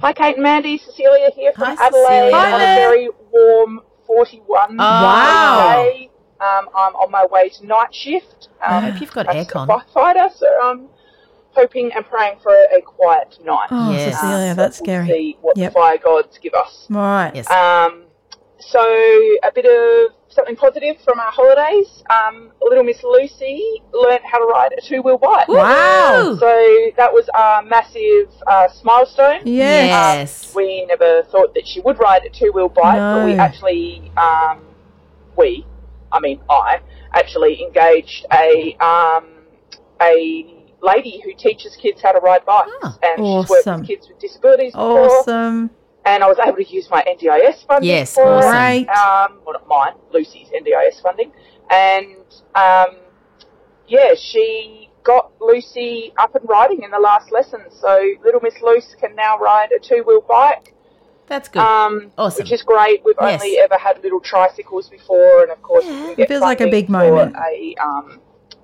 Speaker 7: Hi, Kate and Mandy. Cecilia here from
Speaker 3: Hi,
Speaker 7: Adelaide
Speaker 3: Cecilia. Hi,
Speaker 7: on a
Speaker 3: Matt.
Speaker 7: very warm 41
Speaker 3: Wow.
Speaker 7: today. Um, I'm on my way to night shift. Um,
Speaker 3: I hope you've got
Speaker 7: I'm a
Speaker 3: aircon.
Speaker 7: firefighter, so I'm hoping and praying for a quiet night.
Speaker 2: Oh,
Speaker 3: Yes.
Speaker 2: Cecilia,
Speaker 7: Um,
Speaker 2: that's
Speaker 7: we'll
Speaker 2: scary.
Speaker 7: See what
Speaker 2: Yep.
Speaker 7: the fire gods give us.
Speaker 2: All right.
Speaker 3: Yes.
Speaker 7: Um, so a bit of something positive from our holidays. Um, little Miss Lucy learnt how to ride a two-wheel bike.
Speaker 3: Wow.
Speaker 7: So that was our massive uh, milestone.
Speaker 2: Yes.
Speaker 3: Yes.
Speaker 7: We never thought that she would ride a two-wheel bike, but we
Speaker 2: No.
Speaker 7: actually, um, we, I mean I, actually engaged a um, a lady who teaches kids how to ride bikes,
Speaker 3: Ah,
Speaker 7: and she's worked
Speaker 2: awesome.
Speaker 7: with kids with disabilities before,
Speaker 2: Awesome.
Speaker 7: and I was able to use my NDIS funding
Speaker 3: Yes,
Speaker 7: for it
Speaker 3: Awesome.
Speaker 2: Great.
Speaker 7: um, well, not mine, Lucy's NDIS funding. And um, yeah, she got Lucy up and riding in the last lesson. So little Miss Luce can now ride a two wheel bike,
Speaker 3: That's good.
Speaker 7: um,
Speaker 3: Awesome.
Speaker 7: which is great. We've
Speaker 3: Yes.
Speaker 7: only ever had little tricycles before, and of course, we didn't get
Speaker 2: feels like a
Speaker 7: funding
Speaker 2: big
Speaker 7: for
Speaker 2: moment.
Speaker 7: A, um,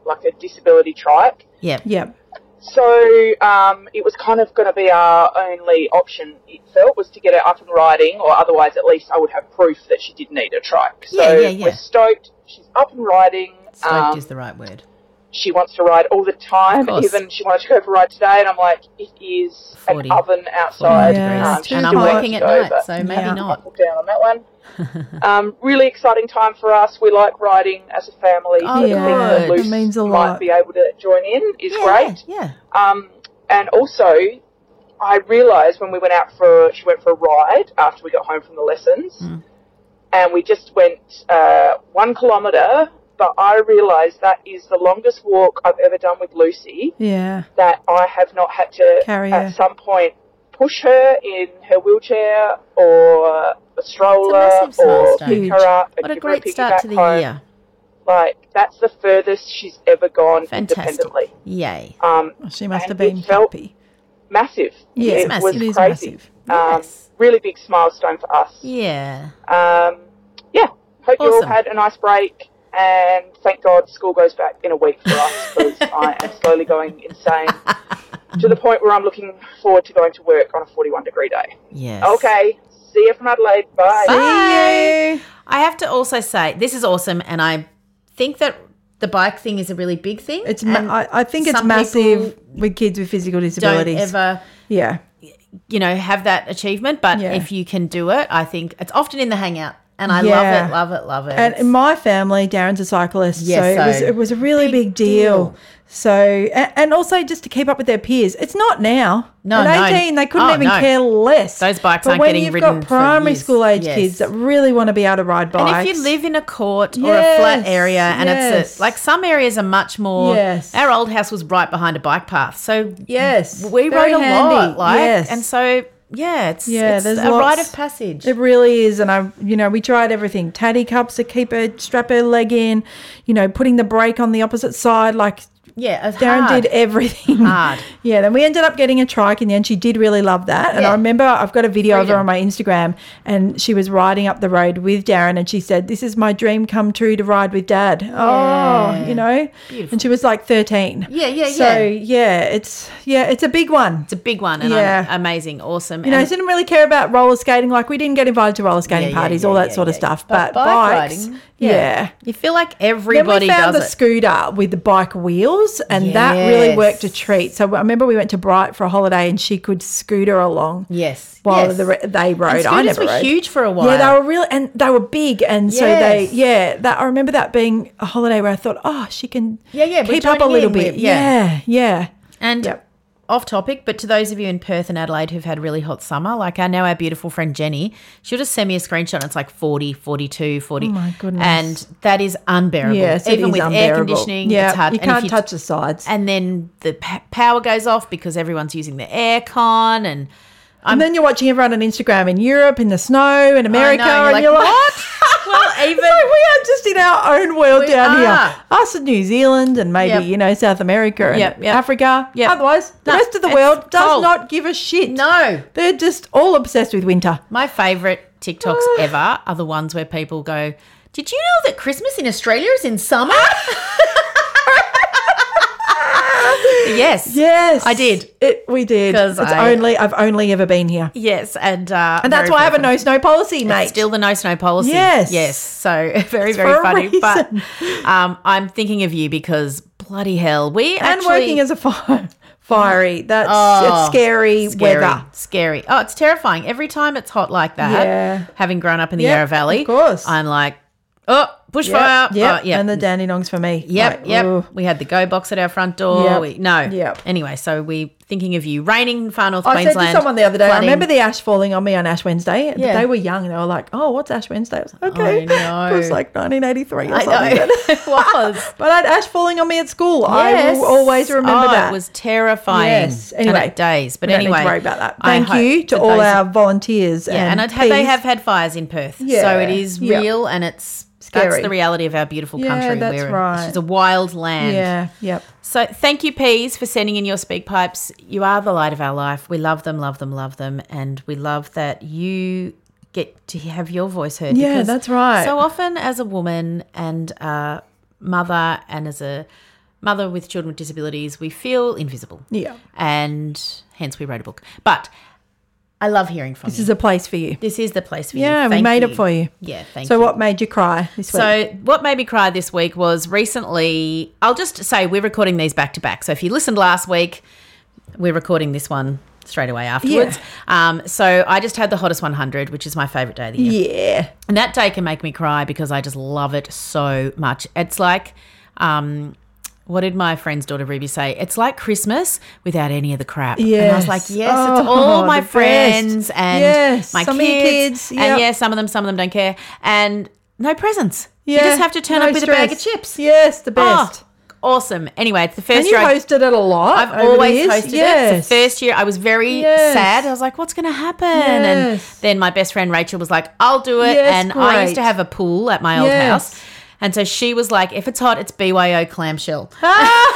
Speaker 7: like a disability trike.
Speaker 3: Yep.
Speaker 2: Yep.
Speaker 7: So um, it was kind of going to be our only option, it felt, was to get her up and riding, or otherwise, at least I would have proof that she did need a trike. So
Speaker 3: Yeah, yeah, yeah.
Speaker 7: we're stoked. She's up and riding.
Speaker 3: Stoked
Speaker 7: Um,
Speaker 3: is the right word.
Speaker 7: she wants to ride all the time.
Speaker 3: Of course.
Speaker 7: Even she wanted to go for a ride today, and I'm like, it is
Speaker 3: 40,
Speaker 7: an oven outside.
Speaker 2: degrees. Yeah,
Speaker 7: Um,
Speaker 2: it's
Speaker 7: she's
Speaker 2: too
Speaker 3: and I'm
Speaker 7: still
Speaker 2: hot.
Speaker 3: working at
Speaker 7: to go,
Speaker 3: night,
Speaker 7: but
Speaker 3: so maybe
Speaker 2: Yeah.
Speaker 7: I'll
Speaker 3: not.
Speaker 7: put down on that one.
Speaker 3: [LAUGHS]
Speaker 7: um, really exciting time for us. We like riding as a family.
Speaker 3: Oh,
Speaker 7: so to think that
Speaker 3: good. It
Speaker 7: Luce
Speaker 2: means a lot.
Speaker 7: might be able to join in is
Speaker 3: yeah,
Speaker 7: great.
Speaker 3: Yeah.
Speaker 7: Um, and also, I realised when we went out for she went for a ride after we got home from the lessons,
Speaker 2: Hmm.
Speaker 3: Mm.
Speaker 7: and we just went uh, one kilometre. But I realised that is the longest walk I've ever done with Lucy.
Speaker 2: Yeah.
Speaker 7: That I have not had to
Speaker 2: Carry her.
Speaker 7: at some point push her in her wheelchair or a stroller
Speaker 3: massive
Speaker 7: or
Speaker 3: milestone.
Speaker 7: uh, pick
Speaker 2: Huge.
Speaker 7: her up. and
Speaker 3: What a
Speaker 7: give her
Speaker 3: great start
Speaker 7: piggyback
Speaker 3: to the
Speaker 7: home.
Speaker 3: year.
Speaker 7: Like that's the furthest she's ever gone
Speaker 3: Fantastic.
Speaker 7: independently.
Speaker 3: Yay.
Speaker 7: Um,
Speaker 2: Well, she must
Speaker 7: And
Speaker 2: have been
Speaker 7: it felt-
Speaker 2: happy.
Speaker 7: massive.
Speaker 2: It is
Speaker 7: it
Speaker 3: massive.
Speaker 7: was
Speaker 2: It is
Speaker 7: crazy.
Speaker 2: massive.
Speaker 7: Um,
Speaker 3: Yes.
Speaker 7: Really big milestone for us.
Speaker 3: Yeah.
Speaker 7: Um, yeah. Hope you all
Speaker 3: Awesome.
Speaker 7: had a nice break. And thank God school goes back in a week for us
Speaker 3: [LAUGHS]
Speaker 7: because I am slowly going insane to the point where I'm looking forward to going to work on a 41 degree day.
Speaker 3: Yes.
Speaker 7: Okay. See you from Adelaide. Bye.
Speaker 3: Bye. I have to also say this is awesome, and I think that the bike thing is a really big thing.
Speaker 2: It's. Ma-
Speaker 3: and
Speaker 2: I, I think it's
Speaker 3: some
Speaker 2: massive
Speaker 3: people
Speaker 2: with kids with physical
Speaker 3: Don't
Speaker 2: disabilities.
Speaker 3: ever,
Speaker 2: yeah.
Speaker 3: you know, have that achievement, but
Speaker 2: Yeah.
Speaker 3: if you can do it, I think it's often in the hangout, and I
Speaker 2: Yeah.
Speaker 3: love it, love it, love it.
Speaker 2: And
Speaker 3: It's-
Speaker 2: in my family, Darren's a cyclist,
Speaker 3: Yes,
Speaker 2: so, it was
Speaker 3: so
Speaker 2: it was a really big, deal.
Speaker 3: deal.
Speaker 2: So and, and also just to keep up with their peers. It's not now.
Speaker 3: No,
Speaker 2: At
Speaker 3: no.
Speaker 2: 18, they couldn't
Speaker 3: Oh,
Speaker 2: even
Speaker 3: no.
Speaker 2: care less.
Speaker 3: Those bikes
Speaker 2: but
Speaker 3: aren't
Speaker 2: when
Speaker 3: getting
Speaker 2: you've
Speaker 3: ridden
Speaker 2: got
Speaker 3: for
Speaker 2: primary
Speaker 3: years.
Speaker 2: school age
Speaker 3: Yes.
Speaker 2: kids that really want to be able to ride bikes.
Speaker 3: And if you live in a court or a
Speaker 2: Yes,
Speaker 3: flat area, and it's
Speaker 2: yes.
Speaker 3: a, like some areas are much more.
Speaker 2: Yes.
Speaker 3: Our old house was right behind a bike path, so
Speaker 2: Yes,
Speaker 3: we
Speaker 2: very
Speaker 3: rode a
Speaker 2: handy,
Speaker 3: lot. Like,
Speaker 2: yes.
Speaker 3: and so yeah, it's
Speaker 2: Yeah,
Speaker 3: it's
Speaker 2: there's
Speaker 3: a rite
Speaker 2: lots-
Speaker 3: of passage.
Speaker 2: It really is, and I, you know, we tried everything: tatty cups to keep her, strap her leg in, you know, putting the brake on the opposite side. Like
Speaker 3: yeah, it's
Speaker 2: Darren
Speaker 3: hard.
Speaker 2: did everything.
Speaker 3: Hard.
Speaker 2: [LAUGHS] yeah. Then we ended up getting a trike in the end. She did really love that, and
Speaker 3: Yeah.
Speaker 2: I remember I've got a video of her
Speaker 3: Freedom.
Speaker 2: on my Instagram, and she was riding up the road with Darren, and she said, "This is my dream come true to ride with Dad." Oh, you know, and she was like thirteen.
Speaker 3: Yeah, yeah,
Speaker 2: So
Speaker 3: yeah.
Speaker 2: yeah, it's yeah, it's a big one.
Speaker 3: It's a big one, and
Speaker 2: Yeah.
Speaker 3: I'm amazing, awesome.
Speaker 2: You know,
Speaker 3: and
Speaker 2: she didn't really care about roller skating. Like we didn't get invited to roller skating
Speaker 3: Yeah, yeah,
Speaker 2: parties,
Speaker 3: yeah,
Speaker 2: all that
Speaker 3: yeah,
Speaker 2: sort of
Speaker 3: yeah.
Speaker 2: stuff. But,
Speaker 3: But bike
Speaker 2: bikes,
Speaker 3: riding,
Speaker 2: yeah.
Speaker 3: you feel like
Speaker 2: Then we
Speaker 3: everybody
Speaker 2: found the
Speaker 3: does it.
Speaker 2: scooter with the bike wheels, and that really
Speaker 3: Yes.
Speaker 2: worked a treat. So I remember we went to Bright for a holiday, and she could scooter along
Speaker 3: yes,
Speaker 2: while
Speaker 3: yes.
Speaker 2: the re- they rode.
Speaker 3: and
Speaker 2: I
Speaker 3: scooters
Speaker 2: never
Speaker 3: were
Speaker 2: rode.
Speaker 3: huge for a while.
Speaker 2: Yeah, they were real, and they were big, and so
Speaker 3: Yes.
Speaker 2: they, yeah, that I remember that being a holiday where I thought, oh, she can,
Speaker 3: Yeah, yeah, we're
Speaker 2: keep up a
Speaker 3: joining
Speaker 2: little
Speaker 3: in,
Speaker 2: bit,
Speaker 3: we're- yeah.
Speaker 2: yeah, yeah,
Speaker 3: And
Speaker 2: Yep.
Speaker 3: off topic, but to those of you in Perth and Adelaide who've had really hot summer, like I know our beautiful friend Jenny, she'll just send me a screenshot and it's like 40, 42, 40. Oh
Speaker 2: my goodness.
Speaker 3: And that is unbearable.
Speaker 2: yes. it
Speaker 3: Even
Speaker 2: is
Speaker 3: with air
Speaker 2: unbearable.
Speaker 3: conditioning,
Speaker 2: yeah,
Speaker 3: it's hard.
Speaker 2: you
Speaker 3: And if
Speaker 2: can't touch the sides.
Speaker 3: And then the p- power goes off because everyone's using the air con and I'm-
Speaker 2: and then you're watching everyone on Instagram in Europe, in the snow, in America,
Speaker 3: you're
Speaker 2: and
Speaker 3: like,
Speaker 2: you're like, [LAUGHS]
Speaker 3: "What?" Well,
Speaker 2: It's
Speaker 3: even-
Speaker 2: like we are just in our own world
Speaker 3: We
Speaker 2: down
Speaker 3: are.
Speaker 2: here. Us in New Zealand and maybe
Speaker 3: Yep.
Speaker 2: you know South America and
Speaker 3: Yep, yep.
Speaker 2: Africa.
Speaker 3: Yep.
Speaker 2: Otherwise, the
Speaker 3: No,
Speaker 2: rest of the
Speaker 3: it's
Speaker 2: world does
Speaker 3: cold.
Speaker 2: not give a shit.
Speaker 3: No.
Speaker 2: they're just all obsessed with winter.
Speaker 3: My favorite TikToks
Speaker 2: Ah.
Speaker 3: ever are the ones where people go, Did you know that Christmas in Australia is in summer? [LAUGHS] yes.
Speaker 2: Yes,
Speaker 3: I did.
Speaker 2: It, we did.
Speaker 3: 'Cause
Speaker 2: It's
Speaker 3: I-
Speaker 2: only I've only ever been here,
Speaker 3: Yes. And uh,
Speaker 2: and that's
Speaker 3: very
Speaker 2: why I have a
Speaker 3: popular.
Speaker 2: no snow policy,
Speaker 3: It's
Speaker 2: mate.
Speaker 3: Still the no snow policy.
Speaker 2: Yes.
Speaker 3: Yes. So [LAUGHS] very,
Speaker 2: for
Speaker 3: very
Speaker 2: a
Speaker 3: funny. But um, I'm thinking of you because bloody hell, we
Speaker 2: and
Speaker 3: actually
Speaker 2: working as a [LAUGHS] fire, fiery. That's
Speaker 3: Oh,
Speaker 2: it's scary,
Speaker 3: scary,
Speaker 2: weather.
Speaker 3: Scary. Oh, it's terrifying. Every time it's hot like that,
Speaker 2: Yeah.
Speaker 3: having grown up in the
Speaker 2: Yep,
Speaker 3: Yarra Valley,
Speaker 2: of course.
Speaker 3: I'm like, oh, bushfire.
Speaker 2: Yeah, uh, yeah,
Speaker 3: Oh, yeah.
Speaker 2: and the dandelions for me.
Speaker 3: Yep,
Speaker 2: Like,
Speaker 3: yep.
Speaker 2: ooh.
Speaker 3: We had the go box at our front door.
Speaker 2: Yep.
Speaker 3: We, no.
Speaker 2: Yep.
Speaker 3: Anyway, so we thinking of you. Raining far north
Speaker 2: I
Speaker 3: Queensland.
Speaker 2: said to someone the other day,
Speaker 3: flooding.
Speaker 2: I remember the ash falling on me on Ash Wednesday. but
Speaker 3: Yeah.
Speaker 2: They were young. They were like, oh, what's Ash Wednesday? I was like, okay.
Speaker 3: I know.
Speaker 2: [LAUGHS] It was like 1983 or
Speaker 3: I know
Speaker 2: something. [LAUGHS]
Speaker 3: [LAUGHS] it was.
Speaker 2: But I had ash falling on me at school. [LAUGHS] I will always remember
Speaker 3: oh,
Speaker 2: that.
Speaker 3: It was terrifying.
Speaker 2: Yes.
Speaker 3: And
Speaker 2: Anyway,
Speaker 3: it days. But
Speaker 2: We don't
Speaker 3: anyway,
Speaker 2: need to worry about that.
Speaker 3: I
Speaker 2: Thank
Speaker 3: hope
Speaker 2: you to
Speaker 3: that
Speaker 2: all
Speaker 3: those-
Speaker 2: our volunteers.
Speaker 3: Yeah, and,
Speaker 2: and,
Speaker 3: I'd ha- they
Speaker 2: please-
Speaker 3: have had fires in Perth, so
Speaker 2: Yeah,
Speaker 3: it is
Speaker 2: yeah.
Speaker 3: real and it's that's
Speaker 2: Scary.
Speaker 3: the reality of our beautiful
Speaker 2: Yeah,
Speaker 3: country.
Speaker 2: that's
Speaker 3: We're-
Speaker 2: right.
Speaker 3: It's just a wild land.
Speaker 2: Yeah. Yep.
Speaker 3: So thank you, Peas, for sending in your speak pipes. You are the light of our life. We love them, love them, love them, and we love that you get to have your voice heard.
Speaker 2: Yeah,
Speaker 3: because
Speaker 2: that's right.
Speaker 3: So often, as a woman and a mother, and as a mother with children with disabilities, we feel invisible.
Speaker 2: Yeah.
Speaker 3: and hence we wrote a book. But I love hearing from
Speaker 2: This
Speaker 3: you.
Speaker 2: is a place for you.
Speaker 3: this is the place for you.
Speaker 2: Yeah, we
Speaker 3: Thank
Speaker 2: made it for you.
Speaker 3: Yeah, thank
Speaker 2: so
Speaker 3: you.
Speaker 2: what made you cry this week?
Speaker 3: So, what made me cry this week was recently. I'll just say we're recording these back to back. So, if you listened last week, we're recording this one straight away afterwards. Um, so, I just had the hottest 100, which is my favorite day of the year.
Speaker 2: yeah.
Speaker 3: And that day can make me cry because I just love it so much. It's like, um, what did my friend's daughter Ruby say? It's like Christmas without any of the crap. And I was
Speaker 2: Yes.
Speaker 3: like, yes, it's
Speaker 2: Oh,
Speaker 3: all
Speaker 2: the
Speaker 3: my
Speaker 2: best.
Speaker 3: friends and
Speaker 2: Yes,
Speaker 3: my
Speaker 2: some of your
Speaker 3: kids.
Speaker 2: kids,
Speaker 3: And
Speaker 2: yep.
Speaker 3: yeah, some of them, some of them don't care. And no presents.
Speaker 2: yeah.
Speaker 3: You just have to turn
Speaker 2: No
Speaker 3: up with a bag of
Speaker 2: stress.
Speaker 3: chips.
Speaker 2: Yes, the best.
Speaker 3: Oh, awesome. Anyway, it's the first
Speaker 2: and you
Speaker 3: year I-
Speaker 2: hosted it a lot.
Speaker 3: I've
Speaker 2: over the
Speaker 3: always
Speaker 2: years.
Speaker 3: hosted it.
Speaker 2: yes.
Speaker 3: It's the first year I was very
Speaker 2: Yes.
Speaker 3: sad. I was like, what's going to happen?
Speaker 2: Yes.
Speaker 3: And then my best friend Rachel was like, I'll do it.
Speaker 2: Yes,
Speaker 3: and I used to
Speaker 2: great.
Speaker 3: have a pool at my old
Speaker 2: Yes.
Speaker 3: house. And so she was like, if it's hot, it's BYO
Speaker 2: [LAUGHS]
Speaker 3: clamshell. but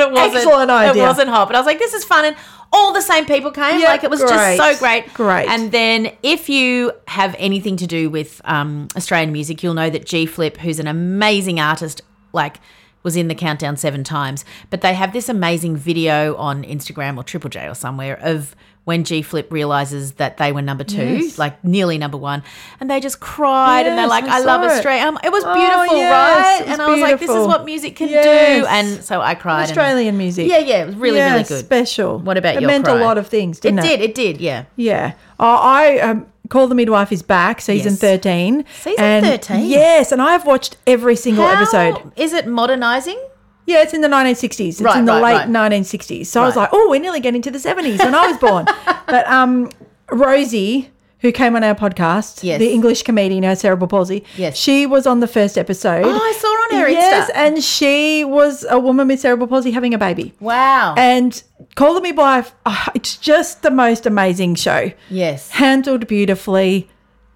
Speaker 3: it wasn't.
Speaker 2: Excellent idea.
Speaker 3: It wasn't hot. But I was like, this is fun. And all the same people came.
Speaker 2: Yeah,
Speaker 3: like it was
Speaker 2: great.
Speaker 3: just so great.
Speaker 2: Great.
Speaker 3: And then if you have anything to do with um, Australian music, you'll know that G Flip, who's an amazing artist, like was in the countdown seven times. But they have this amazing video on Instagram or Triple J or somewhere of when G Flip realizes that they were number two, like nearly number one, and they just cried and they're
Speaker 2: Yes,
Speaker 3: like,
Speaker 2: I
Speaker 3: "I, love
Speaker 2: saw it.
Speaker 3: Australia." Um, it was
Speaker 2: Oh,
Speaker 3: beautiful,
Speaker 2: yes,
Speaker 3: right?
Speaker 2: it was
Speaker 3: And I was like, "This is
Speaker 2: beautiful.
Speaker 3: what music can
Speaker 2: Yes.
Speaker 3: do," and so I cried. and-
Speaker 2: Australian music.
Speaker 3: yeah, yeah, it was really,
Speaker 2: Yeah,
Speaker 3: really good.
Speaker 2: Special.
Speaker 3: What about
Speaker 2: it
Speaker 3: your
Speaker 2: meant
Speaker 3: cry?
Speaker 2: a lot of things,
Speaker 3: It
Speaker 2: didn't it?
Speaker 3: did, it did, yeah.
Speaker 2: Yeah. Oh, I um, Call the Midwife is back, season
Speaker 3: Yes.
Speaker 2: 13.
Speaker 3: Season
Speaker 2: And-
Speaker 3: 13?
Speaker 2: Yes, and I've watched every single
Speaker 3: How
Speaker 2: episode.
Speaker 3: Is it modernizing?
Speaker 2: Yeah, it's in the 1960s. It's
Speaker 3: Right,
Speaker 2: in the
Speaker 3: right,
Speaker 2: late
Speaker 3: right.
Speaker 2: 1960s. So I was
Speaker 3: Right.
Speaker 2: like, oh, we're nearly getting to the 70s when I was
Speaker 3: [LAUGHS]
Speaker 2: born. but um, Rosie, who came on our podcast,
Speaker 3: Yes.
Speaker 2: the English comedian, who has cerebral palsy,
Speaker 3: Yes.
Speaker 2: she was on the first episode.
Speaker 3: Oh, I saw on her
Speaker 2: Yes,
Speaker 3: Insta.
Speaker 2: and she was a woman with cerebral palsy having a baby.
Speaker 3: Wow.
Speaker 2: And Call the Midwife, ah, it's just the most amazing show.
Speaker 3: yes.
Speaker 2: Handled beautifully.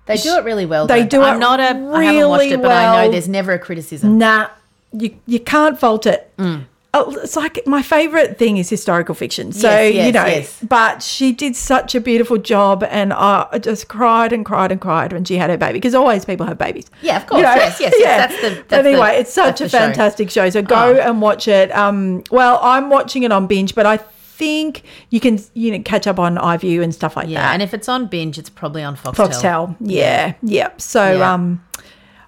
Speaker 3: They do it really well.
Speaker 2: They
Speaker 3: though.
Speaker 2: do
Speaker 3: I'm
Speaker 2: it
Speaker 3: not a I haven't watched
Speaker 2: really
Speaker 3: it, but I know
Speaker 2: well.
Speaker 3: there's never a criticism.
Speaker 2: Nah, you you can't fault it.
Speaker 3: Mm.
Speaker 2: Oh, It's like my favorite thing is historical fiction. So
Speaker 3: Yes, yes,
Speaker 2: you know,
Speaker 3: yes.
Speaker 2: but she did such a beautiful job, and I I just cried and cried and cried when she had her baby because always people have babies.
Speaker 3: Yeah, of course. Yes, yes, yes. That's the-
Speaker 2: But
Speaker 3: that's
Speaker 2: anyway,
Speaker 3: the-
Speaker 2: it's such
Speaker 3: that's
Speaker 2: a
Speaker 3: the show. Oh.
Speaker 2: fantastic show. So go and watch it. Um, well, I'm watching it on binge, but I think you can you know catch up on iView and stuff like
Speaker 3: Yeah,
Speaker 2: that.
Speaker 3: and if it's on binge, it's probably on Foxtel.
Speaker 2: Foxtel. Yeah. Yep. So
Speaker 3: Yeah.
Speaker 2: um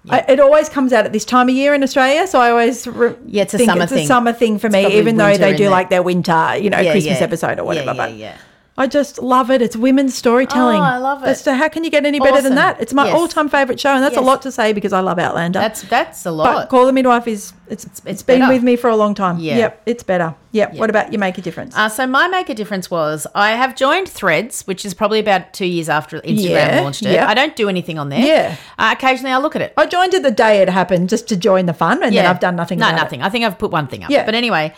Speaker 2: I, it always comes out at this time of year in Australia, so I always re-
Speaker 3: Yeah, it's a
Speaker 2: think
Speaker 3: summer
Speaker 2: it's
Speaker 3: thing.
Speaker 2: a summer thing for me,
Speaker 3: probably
Speaker 2: even though
Speaker 3: winter
Speaker 2: they
Speaker 3: in
Speaker 2: do
Speaker 3: there.
Speaker 2: like their winter, you know,
Speaker 3: Yeah,
Speaker 2: Christmas
Speaker 3: yeah.
Speaker 2: episode or whatever.
Speaker 3: Yeah, yeah,
Speaker 2: but
Speaker 3: yeah.
Speaker 2: I just love it. It's women's storytelling.
Speaker 3: Oh, I love it.
Speaker 2: That's the, how can you get any better
Speaker 3: Awesome.
Speaker 2: than that? It's my
Speaker 3: Yes.
Speaker 2: all-time favorite show, and that's
Speaker 3: Yes.
Speaker 2: a lot to say because I love Outlander.
Speaker 3: That's that's a
Speaker 2: but
Speaker 3: lot.
Speaker 2: Call the Midwife is it's
Speaker 3: it's
Speaker 2: it's been
Speaker 3: better.
Speaker 2: with me for a long time.
Speaker 3: Yeah.
Speaker 2: Yep, it's better. Yep. What about you? Make a difference.
Speaker 3: Uh, so my make a difference was I have joined Threads, which is probably about two years after Instagram
Speaker 2: Yeah,
Speaker 3: launched it.
Speaker 2: yeah.
Speaker 3: I don't do anything on there.
Speaker 2: Yeah.
Speaker 3: Uh, occasionally I look at it.
Speaker 2: I joined it the day it happened just to join the fun, and then I've done nothing.
Speaker 3: No,
Speaker 2: about it.
Speaker 3: nothing. I think I've put one thing up.
Speaker 2: Yeah.
Speaker 3: But anyway,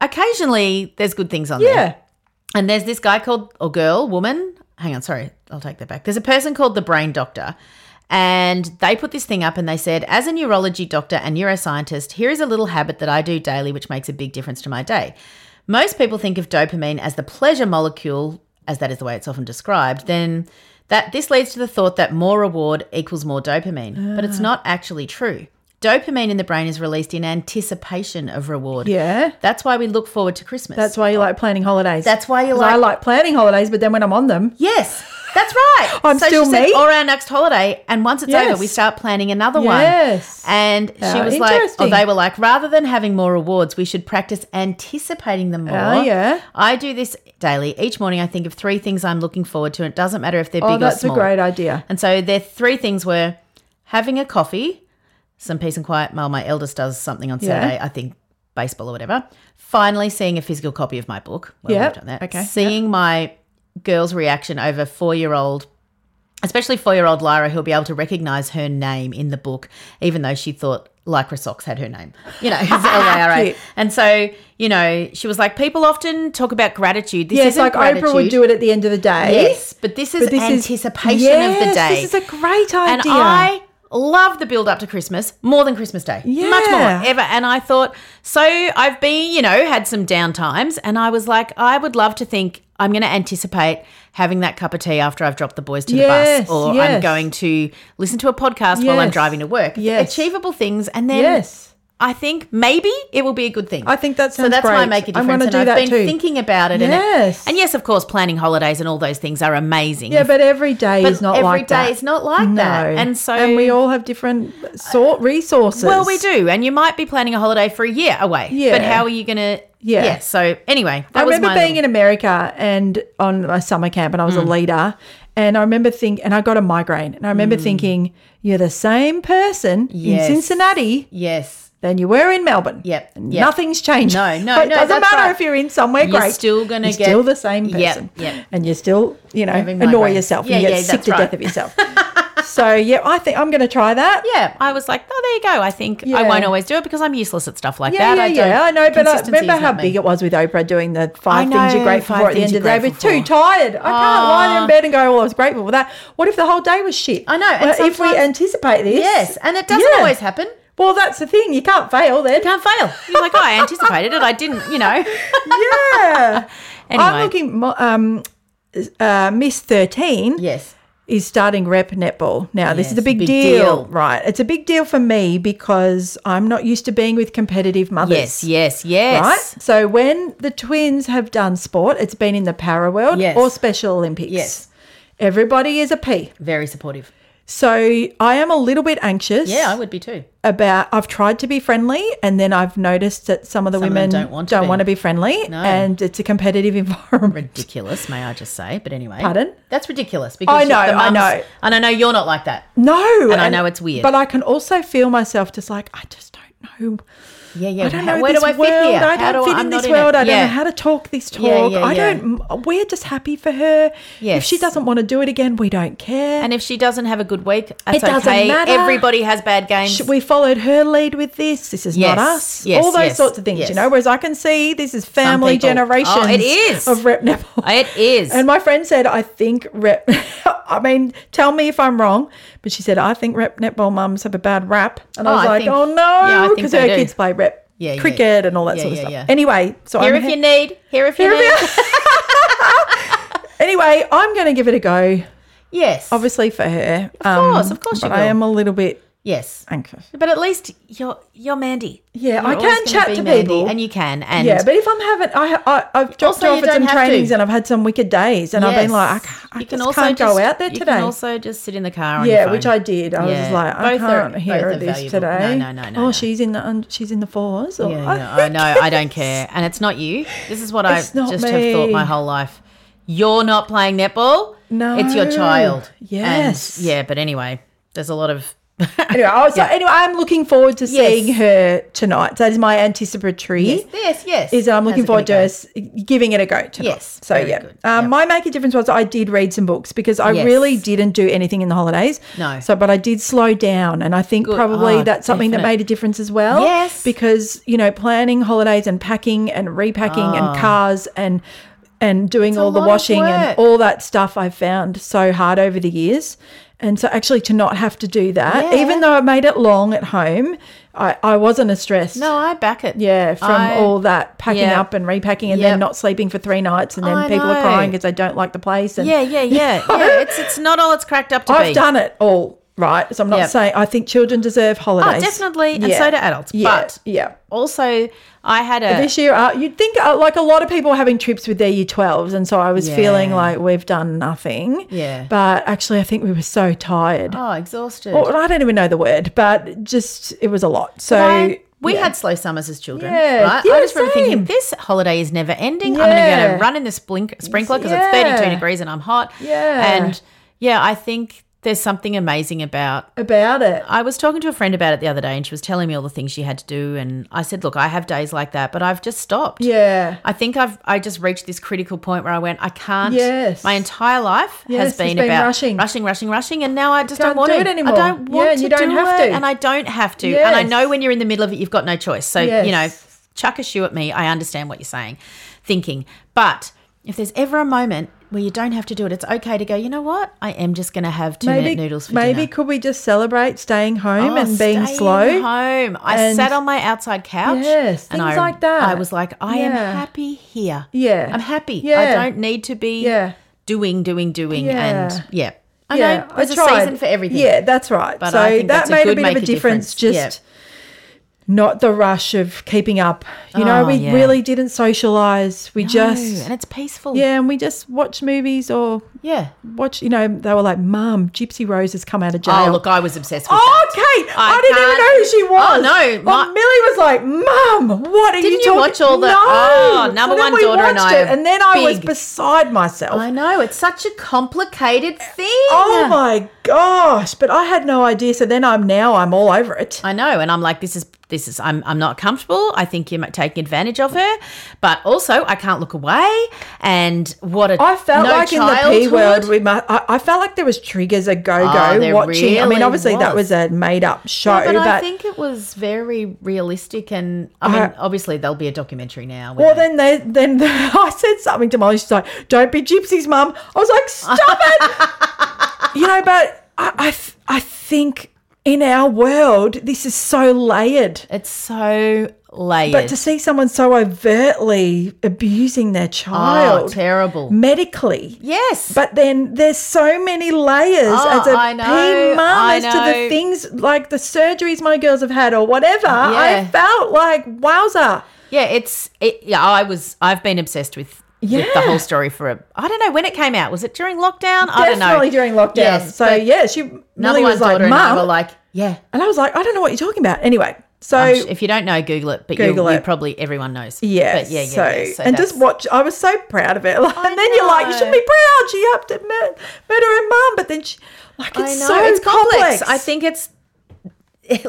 Speaker 3: occasionally there's good things on there.
Speaker 2: Yeah.
Speaker 3: And there's this guy called, or girl, woman. Hang on, sorry, I'll take that back. There's a person called the brain doctor. And they put this thing up and they said, as a neurology doctor and neuroscientist, here is a little habit that I do daily which makes a big difference to my day. Most people think of dopamine as the pleasure molecule, as that is the way it's often described, then that this leads to the thought that more reward equals more dopamine. But it's not actually true. Dopamine in the brain is released in anticipation of reward.
Speaker 2: Yeah.
Speaker 3: That's why we look forward to Christmas.
Speaker 2: That's why you like planning holidays.
Speaker 3: Oh. That's why you
Speaker 2: 'Cause
Speaker 3: like
Speaker 2: I like planning holidays, but then when I'm on them,
Speaker 3: Yes, that's right.
Speaker 2: [LAUGHS] I'm still
Speaker 3: she said,
Speaker 2: me.
Speaker 3: Or our next holiday, and once it's
Speaker 2: Yes.
Speaker 3: over, we start planning another
Speaker 2: Yes.
Speaker 3: one. And she
Speaker 2: How
Speaker 3: was like, or
Speaker 2: interesting.
Speaker 3: they were like, rather than having more rewards, we should practice anticipating them more.
Speaker 2: Oh, yeah.
Speaker 3: I do this daily. Each morning, I think of three things I'm looking forward to. and It doesn't matter if they're
Speaker 2: oh,
Speaker 3: big
Speaker 2: that's
Speaker 3: or small.
Speaker 2: a great idea.
Speaker 3: And so their three things were having a coffee, some peace and quiet. Well, my eldest does something on
Speaker 2: Yeah.
Speaker 3: Saturday, I think baseball or whatever. Finally, seeing a physical copy of my book. Well,
Speaker 2: Yep.
Speaker 3: we've done that.
Speaker 2: Okay.
Speaker 3: Seeing my girl's reaction over four year old. Especially four year old Lyra, who'll be able to recognize her name in the book, even though she thought Lycra Socks had her name. You know, [LAUGHS] it's L I R
Speaker 2: [LAUGHS]
Speaker 3: A.
Speaker 2: Cute.
Speaker 3: And so, you know, she was like, people often talk about gratitude. This
Speaker 2: yes,
Speaker 3: isn't
Speaker 2: like
Speaker 3: gratitude.
Speaker 2: Oprah would do it at the end of the day.
Speaker 3: Yes, but this is
Speaker 2: But this is-
Speaker 3: anticipation of the
Speaker 2: Yes,
Speaker 3: day.
Speaker 2: This is a great idea.
Speaker 3: And I love the build up to Christmas more than Christmas Day.
Speaker 2: Yeah.
Speaker 3: Much more ever. And I thought, so I've been, you know, had some down times and I was like, I would love to think I'm going to anticipate having that cup of tea after I've dropped the boys to the
Speaker 2: Yes,
Speaker 3: bus or I'm
Speaker 2: yes.
Speaker 3: going to listen to a podcast while I'm
Speaker 2: Yes.
Speaker 3: driving to work.
Speaker 2: Yes.
Speaker 3: Achievable things and then
Speaker 2: yes.
Speaker 3: I think maybe it will be a good thing.
Speaker 2: I think that
Speaker 3: so
Speaker 2: sounds
Speaker 3: that's why I
Speaker 2: great.
Speaker 3: make a
Speaker 2: I'm
Speaker 3: difference.
Speaker 2: gonna
Speaker 3: and
Speaker 2: do
Speaker 3: I've
Speaker 2: that
Speaker 3: been
Speaker 2: too.
Speaker 3: thinking about it.
Speaker 2: Yes.
Speaker 3: And, it, and yes, of course, planning holidays and all those things are amazing.
Speaker 2: Yeah, but every day
Speaker 3: But
Speaker 2: is not
Speaker 3: every
Speaker 2: like
Speaker 3: day
Speaker 2: that.
Speaker 3: is not like that. And so-
Speaker 2: and we all have different sort resources.
Speaker 3: Well, we do, and you might be planning a holiday for a year away.
Speaker 2: Yeah.
Speaker 3: But how are you going to?
Speaker 2: Yeah.
Speaker 3: So anyway, that
Speaker 2: I
Speaker 3: was
Speaker 2: remember
Speaker 3: my Mm.
Speaker 2: being in America and on a summer camp, and I was a leader. And I remember think, and I got a migraine, and I remember thinking, "You're the same person
Speaker 3: Mm. Yes.
Speaker 2: in Cincinnati
Speaker 3: yes.
Speaker 2: than you were in Melbourne.
Speaker 3: Yep, yep.
Speaker 2: nothing's changed.
Speaker 3: No,
Speaker 2: [LAUGHS]
Speaker 3: no,
Speaker 2: it
Speaker 3: no,
Speaker 2: doesn't
Speaker 3: that's
Speaker 2: matter
Speaker 3: right.
Speaker 2: if you're in somewhere
Speaker 3: You're
Speaker 2: great.
Speaker 3: still gonna
Speaker 2: you're
Speaker 3: get-
Speaker 2: still the same
Speaker 3: Yep,
Speaker 2: person.
Speaker 3: yep.
Speaker 2: and you're still, you know,
Speaker 3: Having
Speaker 2: annoy
Speaker 3: migraines.
Speaker 2: yourself and
Speaker 3: Yeah,
Speaker 2: you get
Speaker 3: yeah,
Speaker 2: sick
Speaker 3: that's
Speaker 2: to
Speaker 3: right.
Speaker 2: death of yourself.
Speaker 3: [LAUGHS]
Speaker 2: so yeah, I think I'm going to try that.
Speaker 3: Yeah, I was like, oh, there you go. I think I
Speaker 2: Yeah.
Speaker 3: won't always do it because I'm useless at stuff like
Speaker 2: Yeah,
Speaker 3: that.
Speaker 2: yeah, yeah.
Speaker 3: don't-
Speaker 2: I know, but I
Speaker 3: consistency
Speaker 2: remember
Speaker 3: is
Speaker 2: how
Speaker 3: not me.
Speaker 2: big it was with Oprah doing the five
Speaker 3: I
Speaker 2: things
Speaker 3: know,
Speaker 2: you're grateful
Speaker 3: five
Speaker 2: for at the
Speaker 3: things
Speaker 2: end of the
Speaker 3: you're
Speaker 2: day. We're
Speaker 3: grateful
Speaker 2: too
Speaker 3: for.
Speaker 2: tired. I can't lie there
Speaker 3: Ah.
Speaker 2: in bed and go, "Well, I was grateful for that." What if the whole day was shit?
Speaker 3: I know, and
Speaker 2: Well, if we
Speaker 3: sometimes-
Speaker 2: anticipate this,
Speaker 3: Yes, and it doesn't
Speaker 2: Yeah.
Speaker 3: always happen.
Speaker 2: Well, that's the thing. You can't fail then.
Speaker 3: Can't fail. You're like, oh, I anticipated it. I didn't, you know. [LAUGHS]
Speaker 2: yeah. [LAUGHS]
Speaker 3: Anyway.
Speaker 2: I'm looking. mo- Um, uh, Miss Thirteen
Speaker 3: Yes.
Speaker 2: is starting rep netball. Now, this is a
Speaker 3: Yes,
Speaker 2: big,
Speaker 3: big
Speaker 2: deal,
Speaker 3: deal.
Speaker 2: right? It's a big deal for me because I'm not used to being with competitive mothers.
Speaker 3: Yes. Yes. Yes.
Speaker 2: Right? So when the twins have done sport, it's been in the para world
Speaker 3: Yes.
Speaker 2: or Special Olympics.
Speaker 3: Yes.
Speaker 2: Everybody is a P.
Speaker 3: Very supportive.
Speaker 2: So I am a little bit anxious
Speaker 3: Yeah, I would be too.
Speaker 2: about I've tried to be friendly and then I've noticed that some of the
Speaker 3: Some of them
Speaker 2: women
Speaker 3: don't want to be.
Speaker 2: friendly
Speaker 3: No.
Speaker 2: and it's a competitive [LAUGHS] environment.
Speaker 3: Ridiculous, may I just say? But anyway,
Speaker 2: Pardon?
Speaker 3: That's ridiculous because
Speaker 2: I know,
Speaker 3: the
Speaker 2: I
Speaker 3: mums-
Speaker 2: know.
Speaker 3: and I know you're not like that.
Speaker 2: No.
Speaker 3: And I know it's weird.
Speaker 2: But I can also feel myself just like I just don't know
Speaker 3: Yeah, yeah.
Speaker 2: I don't
Speaker 3: How-
Speaker 2: know
Speaker 3: where
Speaker 2: this
Speaker 3: do I fit
Speaker 2: world.
Speaker 3: here?
Speaker 2: I
Speaker 3: How
Speaker 2: don't
Speaker 3: do
Speaker 2: fit
Speaker 3: I'm
Speaker 2: in
Speaker 3: not
Speaker 2: this world. I
Speaker 3: Yeah.
Speaker 2: don't know how to talk this talk.
Speaker 3: Yeah, yeah,
Speaker 2: I
Speaker 3: yeah.
Speaker 2: don't. We're just happy for her. If she
Speaker 3: Yes.
Speaker 2: doesn't want to do it again, we don't care.
Speaker 3: And if she doesn't have a good week, that's
Speaker 2: It doesn't
Speaker 3: okay.
Speaker 2: matter.
Speaker 3: Everybody has bad games.
Speaker 2: Sh- we followed her lead with this. This is not
Speaker 3: Yes,
Speaker 2: us.
Speaker 3: yes,
Speaker 2: All those
Speaker 3: yes,
Speaker 2: sorts of things,
Speaker 3: yes.
Speaker 2: you know. Whereas I can see this is family
Speaker 3: people-
Speaker 2: generations.
Speaker 3: Oh, it is. Oh,
Speaker 2: of [LAUGHS] rep Neville.
Speaker 3: it is.
Speaker 2: And my friend said, I think rep. [LAUGHS] I mean, tell me if I'm wrong, but she said, I think rep netball mums have a bad rap. And I
Speaker 3: Oh,
Speaker 2: was
Speaker 3: I
Speaker 2: like,
Speaker 3: think-
Speaker 2: oh
Speaker 3: yeah, I
Speaker 2: no,
Speaker 3: think
Speaker 2: because
Speaker 3: they
Speaker 2: her
Speaker 3: do.
Speaker 2: kids play rep
Speaker 3: Yeah, yeah.
Speaker 2: cricket and all that
Speaker 3: Yeah,
Speaker 2: sort of
Speaker 3: yeah,
Speaker 2: stuff.
Speaker 3: yeah.
Speaker 2: Anyway, so
Speaker 3: here
Speaker 2: I'm
Speaker 3: if you need. Here if you
Speaker 2: Here if
Speaker 3: need.
Speaker 2: Anyway, I'm going to give it a go,
Speaker 3: yes.
Speaker 2: obviously for her. Of
Speaker 3: course, of course you
Speaker 2: but I
Speaker 3: will.
Speaker 2: am a little bit
Speaker 3: Yes.
Speaker 2: anxious.
Speaker 3: But at least you're you're Mandy.
Speaker 2: Yeah,
Speaker 3: You're
Speaker 2: I
Speaker 3: always
Speaker 2: can
Speaker 3: gonna
Speaker 2: chat
Speaker 3: be
Speaker 2: to
Speaker 3: Mandy,
Speaker 2: people.
Speaker 3: and you can. And
Speaker 2: yeah, but if I'm having, I, I I've dropped
Speaker 3: Also,
Speaker 2: her
Speaker 3: you
Speaker 2: off at
Speaker 3: don't
Speaker 2: some
Speaker 3: have to.
Speaker 2: trainings and I've had some wicked days, and I've been
Speaker 3: Yes.
Speaker 2: like, I, can't, I
Speaker 3: you
Speaker 2: just can't
Speaker 3: just-
Speaker 2: go out there
Speaker 3: you
Speaker 2: today.
Speaker 3: can also just sit in the car. On your
Speaker 2: yeah,
Speaker 3: phone.
Speaker 2: which I did. I was just
Speaker 3: Yeah.
Speaker 2: like, I
Speaker 3: Both are-
Speaker 2: can't hear
Speaker 3: both are
Speaker 2: this
Speaker 3: valuable. No,
Speaker 2: today.
Speaker 3: no, no, no,
Speaker 2: Oh,
Speaker 3: no.
Speaker 2: she's in the un- she's in the fours. Or,
Speaker 3: Yeah, yeah, I know.
Speaker 2: [LAUGHS]
Speaker 3: I don't care. And it's not you. This is what I
Speaker 2: It's not
Speaker 3: just have thought
Speaker 2: me.
Speaker 3: my whole life. You're not playing netball.
Speaker 2: No.
Speaker 3: It's your child. And,
Speaker 2: Yes.
Speaker 3: yeah, but anyway, there's a lot of. [LAUGHS]
Speaker 2: Anyway, I was like, anyway, I'm looking forward to
Speaker 3: Yes.
Speaker 2: seeing her tonight. That is my anticipatory.
Speaker 3: yes, yes, yes.
Speaker 2: is that I'm
Speaker 3: How's
Speaker 2: looking
Speaker 3: it
Speaker 2: forward to
Speaker 3: gonna go?
Speaker 2: us giving it a go tonight.
Speaker 3: Yes,
Speaker 2: So
Speaker 3: very
Speaker 2: yeah,
Speaker 3: good.
Speaker 2: Um,
Speaker 3: Yep.
Speaker 2: my make a difference was I did read some books because I
Speaker 3: Yes.
Speaker 2: really didn't do anything in the holidays.
Speaker 3: No.
Speaker 2: So, but I did slow down, and I think probably
Speaker 3: Oh,
Speaker 2: that's something that
Speaker 3: definite.
Speaker 2: made a difference as well.
Speaker 3: Yes.
Speaker 2: because you know planning holidays and packing and repacking and cars and and doing all the
Speaker 3: Ah. lot of
Speaker 2: washing and
Speaker 3: work.
Speaker 2: all that stuff I've found so hard over the years. And so actually to not have to do that, even though I made it long at home, I, I wasn't as stressed.
Speaker 3: No, I back it.
Speaker 2: Yeah, from
Speaker 3: I-
Speaker 2: all that packing
Speaker 3: yeah.
Speaker 2: up and repacking and
Speaker 3: Yep.
Speaker 2: then not sleeping for three nights and then
Speaker 3: I
Speaker 2: people
Speaker 3: know.
Speaker 2: are crying because they don't like the place. And [LAUGHS]
Speaker 3: Yeah, yeah, yeah. yeah. It's it's not all it's cracked up to
Speaker 2: I've
Speaker 3: be.
Speaker 2: done it all right. So I'm not
Speaker 3: Yep.
Speaker 2: saying I think children deserve
Speaker 3: Oh,
Speaker 2: holidays.
Speaker 3: definitely, and
Speaker 2: Yeah.
Speaker 3: so do adults.
Speaker 2: Yeah,
Speaker 3: But
Speaker 2: yeah.
Speaker 3: also, I had a
Speaker 2: This year, uh, you'd think uh, like a lot of people having trips with their year 12s. And so I was feeling
Speaker 3: Yeah.
Speaker 2: like we've done nothing.
Speaker 3: Yeah.
Speaker 2: But actually, I think we were so tired.
Speaker 3: oh exhausted.
Speaker 2: Or I don't even know the word, but just it was a lot. So
Speaker 3: I- we had slow summers as children,
Speaker 2: Yeah,
Speaker 3: right?
Speaker 2: yeah,
Speaker 3: I just remember
Speaker 2: same.
Speaker 3: thinking this holiday is never ending. I'm going to
Speaker 2: Yeah.
Speaker 3: go run in the splink- sprinkler because
Speaker 2: Yeah.
Speaker 3: it's 32 degrees and I'm hot.
Speaker 2: Yeah.
Speaker 3: and yeah, I think there's something amazing about
Speaker 2: about it.
Speaker 3: I was talking to a friend about it the other day and she was telling me all the things she had to do and I said, "Look, I have days like that, but I've just stopped."
Speaker 2: Yeah.
Speaker 3: I think I've I just reached this critical point where I went, "I can't.
Speaker 2: Yes.
Speaker 3: My entire life
Speaker 2: Yes,
Speaker 3: has been,
Speaker 2: it's been
Speaker 3: about
Speaker 2: rushing.
Speaker 3: rushing, rushing, rushing, and now I just
Speaker 2: Can't
Speaker 3: don't want
Speaker 2: do
Speaker 3: to.
Speaker 2: it anymore.
Speaker 3: I don't want
Speaker 2: Yeah,
Speaker 3: to
Speaker 2: you don't
Speaker 3: do
Speaker 2: have
Speaker 3: it,
Speaker 2: to.
Speaker 3: and I don't have to. And I
Speaker 2: Yes.
Speaker 3: know when you're in the middle of it, you've got no choice. So, you know,
Speaker 2: Yes.
Speaker 3: chuck a shoe at me. I understand what you're saying, thinking. But if there's ever a moment where you don't have to do it, it's okay to go, "You know what? I am just going to have two minute noodles for
Speaker 2: maybe
Speaker 3: dinner."
Speaker 2: could we just celebrate staying home
Speaker 3: Oh,
Speaker 2: and being
Speaker 3: staying
Speaker 2: slow?
Speaker 3: Home. I
Speaker 2: and-
Speaker 3: sat on my outside couch.
Speaker 2: Yes,
Speaker 3: and
Speaker 2: things
Speaker 3: I,
Speaker 2: like that.
Speaker 3: I was like, I am
Speaker 2: Yeah.
Speaker 3: happy here.
Speaker 2: Yeah.
Speaker 3: I'm happy. I
Speaker 2: Yeah.
Speaker 3: don't need to be
Speaker 2: Yeah.
Speaker 3: doing, doing, doing,
Speaker 2: Yeah.
Speaker 3: and yeah. I
Speaker 2: yeah,
Speaker 3: know there's
Speaker 2: I
Speaker 3: a
Speaker 2: tried.
Speaker 3: season for everything.
Speaker 2: Yeah, that's right.
Speaker 3: But
Speaker 2: so
Speaker 3: I think
Speaker 2: that
Speaker 3: that's a
Speaker 2: made a,
Speaker 3: good
Speaker 2: bit
Speaker 3: make
Speaker 2: of a
Speaker 3: a
Speaker 2: difference.
Speaker 3: difference. Yeah.
Speaker 2: Just not the rush of keeping up. You know,
Speaker 3: Oh,
Speaker 2: we
Speaker 3: yeah.
Speaker 2: really didn't socialize. We
Speaker 3: No,
Speaker 2: just
Speaker 3: and it's peaceful.
Speaker 2: yeah, and we just watched movies or
Speaker 3: Yeah.
Speaker 2: watch. You know, they were like, "Mum, Gypsy Rose has come out of jail."
Speaker 3: Oh, look, I was obsessed with
Speaker 2: Oh,
Speaker 3: that.
Speaker 2: Kate, I,
Speaker 3: I
Speaker 2: didn't even
Speaker 3: can't-
Speaker 2: know who she was.
Speaker 3: Oh, no,
Speaker 2: Well,
Speaker 3: my-
Speaker 2: Millie was like, "Mum, what are
Speaker 3: Didn't
Speaker 2: you
Speaker 3: you
Speaker 2: talking?"
Speaker 3: watch all the-
Speaker 2: No.
Speaker 3: Oh, number
Speaker 2: then
Speaker 3: one
Speaker 2: we
Speaker 3: daughter and
Speaker 2: watched
Speaker 3: I
Speaker 2: it,
Speaker 3: are
Speaker 2: and then I was
Speaker 3: big.
Speaker 2: beside myself.
Speaker 3: I know it's such a complicated thing.
Speaker 2: Oh my gosh! But I had no idea. So then I'm now I'm all over it.
Speaker 3: I know, and I'm like, this is this is I'm I'm not comfortable. I think you're taking advantage of her, but also I can't look away. And what a
Speaker 2: I felt
Speaker 3: no
Speaker 2: like in the P
Speaker 3: childhood.
Speaker 2: world, we mu I, I felt like there was triggers a go
Speaker 3: Oh,
Speaker 2: go
Speaker 3: there
Speaker 2: watching. I mean,
Speaker 3: really
Speaker 2: obviously that
Speaker 3: was.
Speaker 2: was a made up show,
Speaker 3: Yeah, but,
Speaker 2: but,
Speaker 3: I think it was very realistic, and I mean,
Speaker 2: I-
Speaker 3: obviously there'll be a documentary now.
Speaker 2: well,
Speaker 3: where they-
Speaker 2: then they then [LAUGHS] I said something to Molly. She's like, "Don't be gypsies, mum." I was like, "Stop it!"
Speaker 3: [LAUGHS]
Speaker 2: you know, but I I, th- I think in our world this is so layered.
Speaker 3: it's so layered. Oh,
Speaker 2: But to see someone so overtly abusing their child,
Speaker 3: terrible.
Speaker 2: medically,
Speaker 3: yes,
Speaker 2: But then there's so many layers
Speaker 3: Oh,
Speaker 2: as a
Speaker 3: I know,
Speaker 2: P mum
Speaker 3: I
Speaker 2: as to the
Speaker 3: know.
Speaker 2: things like the surgeries my girls have had or whatever. I
Speaker 3: Yeah.
Speaker 2: felt like wowza.
Speaker 3: yeah, it's it, yeah. I was I've been obsessed with. With the
Speaker 2: Yeah.
Speaker 3: whole story for a, I don't know when it came out. Was it during lockdown? I don't know.
Speaker 2: Definitely during lockdown.
Speaker 3: Yes,
Speaker 2: so
Speaker 3: but
Speaker 2: yeah, she
Speaker 3: Number
Speaker 2: Millie
Speaker 3: one
Speaker 2: was like,
Speaker 3: daughter and I
Speaker 2: Mum
Speaker 3: were like, yeah,
Speaker 2: and I was like, I don't know what you're talking about. Anyway. So
Speaker 3: I'm sh- if you don't know, Google it. But
Speaker 2: Google
Speaker 3: you, you
Speaker 2: it.
Speaker 3: probably everyone knows.
Speaker 2: yeah,
Speaker 3: but yeah, yeah.
Speaker 2: so,
Speaker 3: yeah.
Speaker 2: and just
Speaker 3: that's-
Speaker 2: watch. I was so proud of it, [LAUGHS] and then you're like, you should be proud. She upped it, mur- murder her mum, but then she, like, it's
Speaker 3: I know
Speaker 2: so
Speaker 3: it's complex.
Speaker 2: complex.
Speaker 3: I think it's [LAUGHS]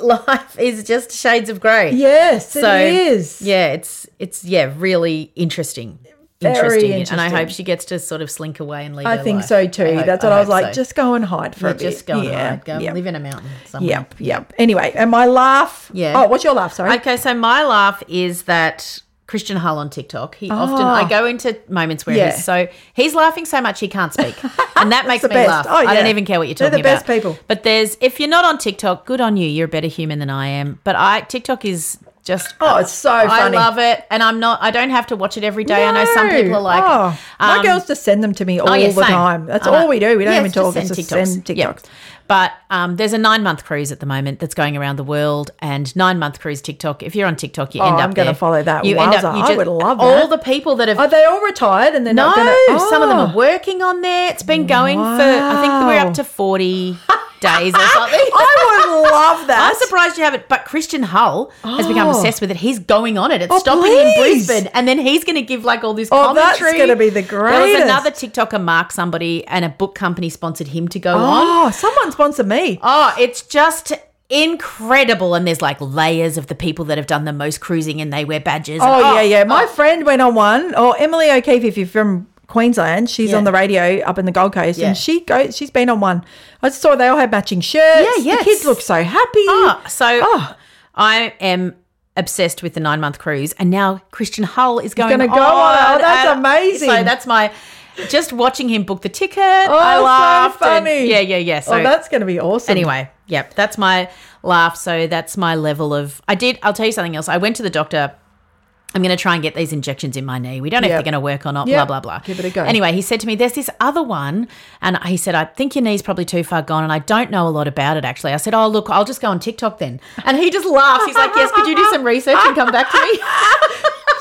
Speaker 3: life is just shades of grey.
Speaker 2: yes,
Speaker 3: So
Speaker 2: it is.
Speaker 3: yeah, it's it's yeah, really interesting.
Speaker 2: Very
Speaker 3: Interesting. and I
Speaker 2: interesting.
Speaker 3: hope she gets to sort of slink away and leave.
Speaker 2: I
Speaker 3: her
Speaker 2: think
Speaker 3: life.
Speaker 2: so too.
Speaker 3: hope-
Speaker 2: That's what I, was
Speaker 3: hope
Speaker 2: like.
Speaker 3: so.
Speaker 2: Just go and hide for
Speaker 3: Yeah,
Speaker 2: a bit.
Speaker 3: just go and
Speaker 2: Yeah,
Speaker 3: hide. Go and
Speaker 2: yep.
Speaker 3: live in a mountain somewhere.
Speaker 2: Yep, yep. Anyway, and my laugh.
Speaker 3: Yeah.
Speaker 2: Oh, what's your laugh? Sorry.
Speaker 3: Okay, so my laugh is that Christian Hull on TikTok. He often I go into moments where
Speaker 2: Ah. Yeah.
Speaker 3: he's so he's laughing so much he
Speaker 2: [LAUGHS]
Speaker 3: can't speak, and that makes me
Speaker 2: the best.
Speaker 3: laugh.
Speaker 2: Oh,
Speaker 3: I don't
Speaker 2: yeah.
Speaker 3: even care what you're
Speaker 2: They're
Speaker 3: talking
Speaker 2: the best
Speaker 3: about.
Speaker 2: people.
Speaker 3: But there's if you're not on TikTok, good on you. You're a better human than I am. But I TikTok is just
Speaker 2: Oh, it's so
Speaker 3: I
Speaker 2: funny.
Speaker 3: love it, and I'm not. I don't have to watch it every day. I know some
Speaker 2: No.
Speaker 3: people are like,
Speaker 2: Oh, my
Speaker 3: um,
Speaker 2: girls just send them to me all
Speaker 3: oh, yeah,
Speaker 2: the
Speaker 3: same.
Speaker 2: time. That's
Speaker 3: I know.
Speaker 2: all we do. We don't
Speaker 3: Yeah,
Speaker 2: even
Speaker 3: it's just
Speaker 2: talk. It's just send TikToks.
Speaker 3: Yep. But um, there's a nine month cruise at the moment that's going around the world, and nine month cruise TikTok. If you're on TikTok, you
Speaker 2: Oh,
Speaker 3: end up.
Speaker 2: I'm gonna
Speaker 3: there.
Speaker 2: follow that.
Speaker 3: You end
Speaker 2: Wowza,
Speaker 3: up. You
Speaker 2: I
Speaker 3: just,
Speaker 2: would love
Speaker 3: all
Speaker 2: that.
Speaker 3: the people that have.
Speaker 2: Are they all retired and they're
Speaker 3: no,
Speaker 2: not Oh. going to?
Speaker 3: oh, some of them are working on there. It's been going for. I think we're up to
Speaker 2: [LAUGHS]
Speaker 3: forty days or something.
Speaker 2: I would
Speaker 3: [LAUGHS]
Speaker 2: love that.
Speaker 3: I'm surprised you haven't, but Christian Hull has
Speaker 2: Oh.
Speaker 3: become obsessed with it. He's going on it. It's
Speaker 2: Oh,
Speaker 3: stopping
Speaker 2: please.
Speaker 3: in Brisbane, and then he's going to give like all this
Speaker 2: Oh, that's
Speaker 3: commentary.
Speaker 2: gonna be the
Speaker 3: There was
Speaker 2: greatest.
Speaker 3: another TikToker, Mark somebody, and a book company sponsored him to go on.
Speaker 2: Oh, someone sponsor me.
Speaker 3: Oh, it's just incredible. And there's like layers of the people that have done the most cruising and they wear badges.
Speaker 2: Oh,
Speaker 3: And-
Speaker 2: yeah, yeah. My friend went on one. Oh, Emily O'Keefe, if you're from Queensland, she's
Speaker 3: Yeah.
Speaker 2: on the radio up in the Gold Coast,
Speaker 3: Yeah.
Speaker 2: and she goes. She's been on one. I saw they all had matching shirts.
Speaker 3: Yeah, yes.
Speaker 2: The kids look so happy.
Speaker 3: Oh, so
Speaker 2: Oh.
Speaker 3: Ah, I am obsessed with the nine month cruise, and now Christian Hull is going
Speaker 2: gonna
Speaker 3: on.
Speaker 2: go on it. Oh, that's
Speaker 3: And
Speaker 2: amazing.
Speaker 3: So that's my just watching him book the ticket. Oh,
Speaker 2: so
Speaker 3: I so
Speaker 2: funny.
Speaker 3: yeah, yeah, yeah. So
Speaker 2: oh, that's going to be awesome.
Speaker 3: Anyway, yep, that's my laugh. So that's my level of. I did. I'll tell you something else. I went to the doctor. I'm going to try and get these injections in my knee. We don't know
Speaker 2: Yep.
Speaker 3: if they're going to work or not.
Speaker 2: Yep.
Speaker 3: Blah blah blah.
Speaker 2: Give it a go.
Speaker 3: Anyway, he said to me, "There's this other one," and he said, "I think your knee's probably too far gone, and I don't know a lot about it actually." I said, "Oh look, I'll just go on TikTok then." And he just laughs. He's like, "Yes, could you do some research and come back to me?"
Speaker 2: [LAUGHS]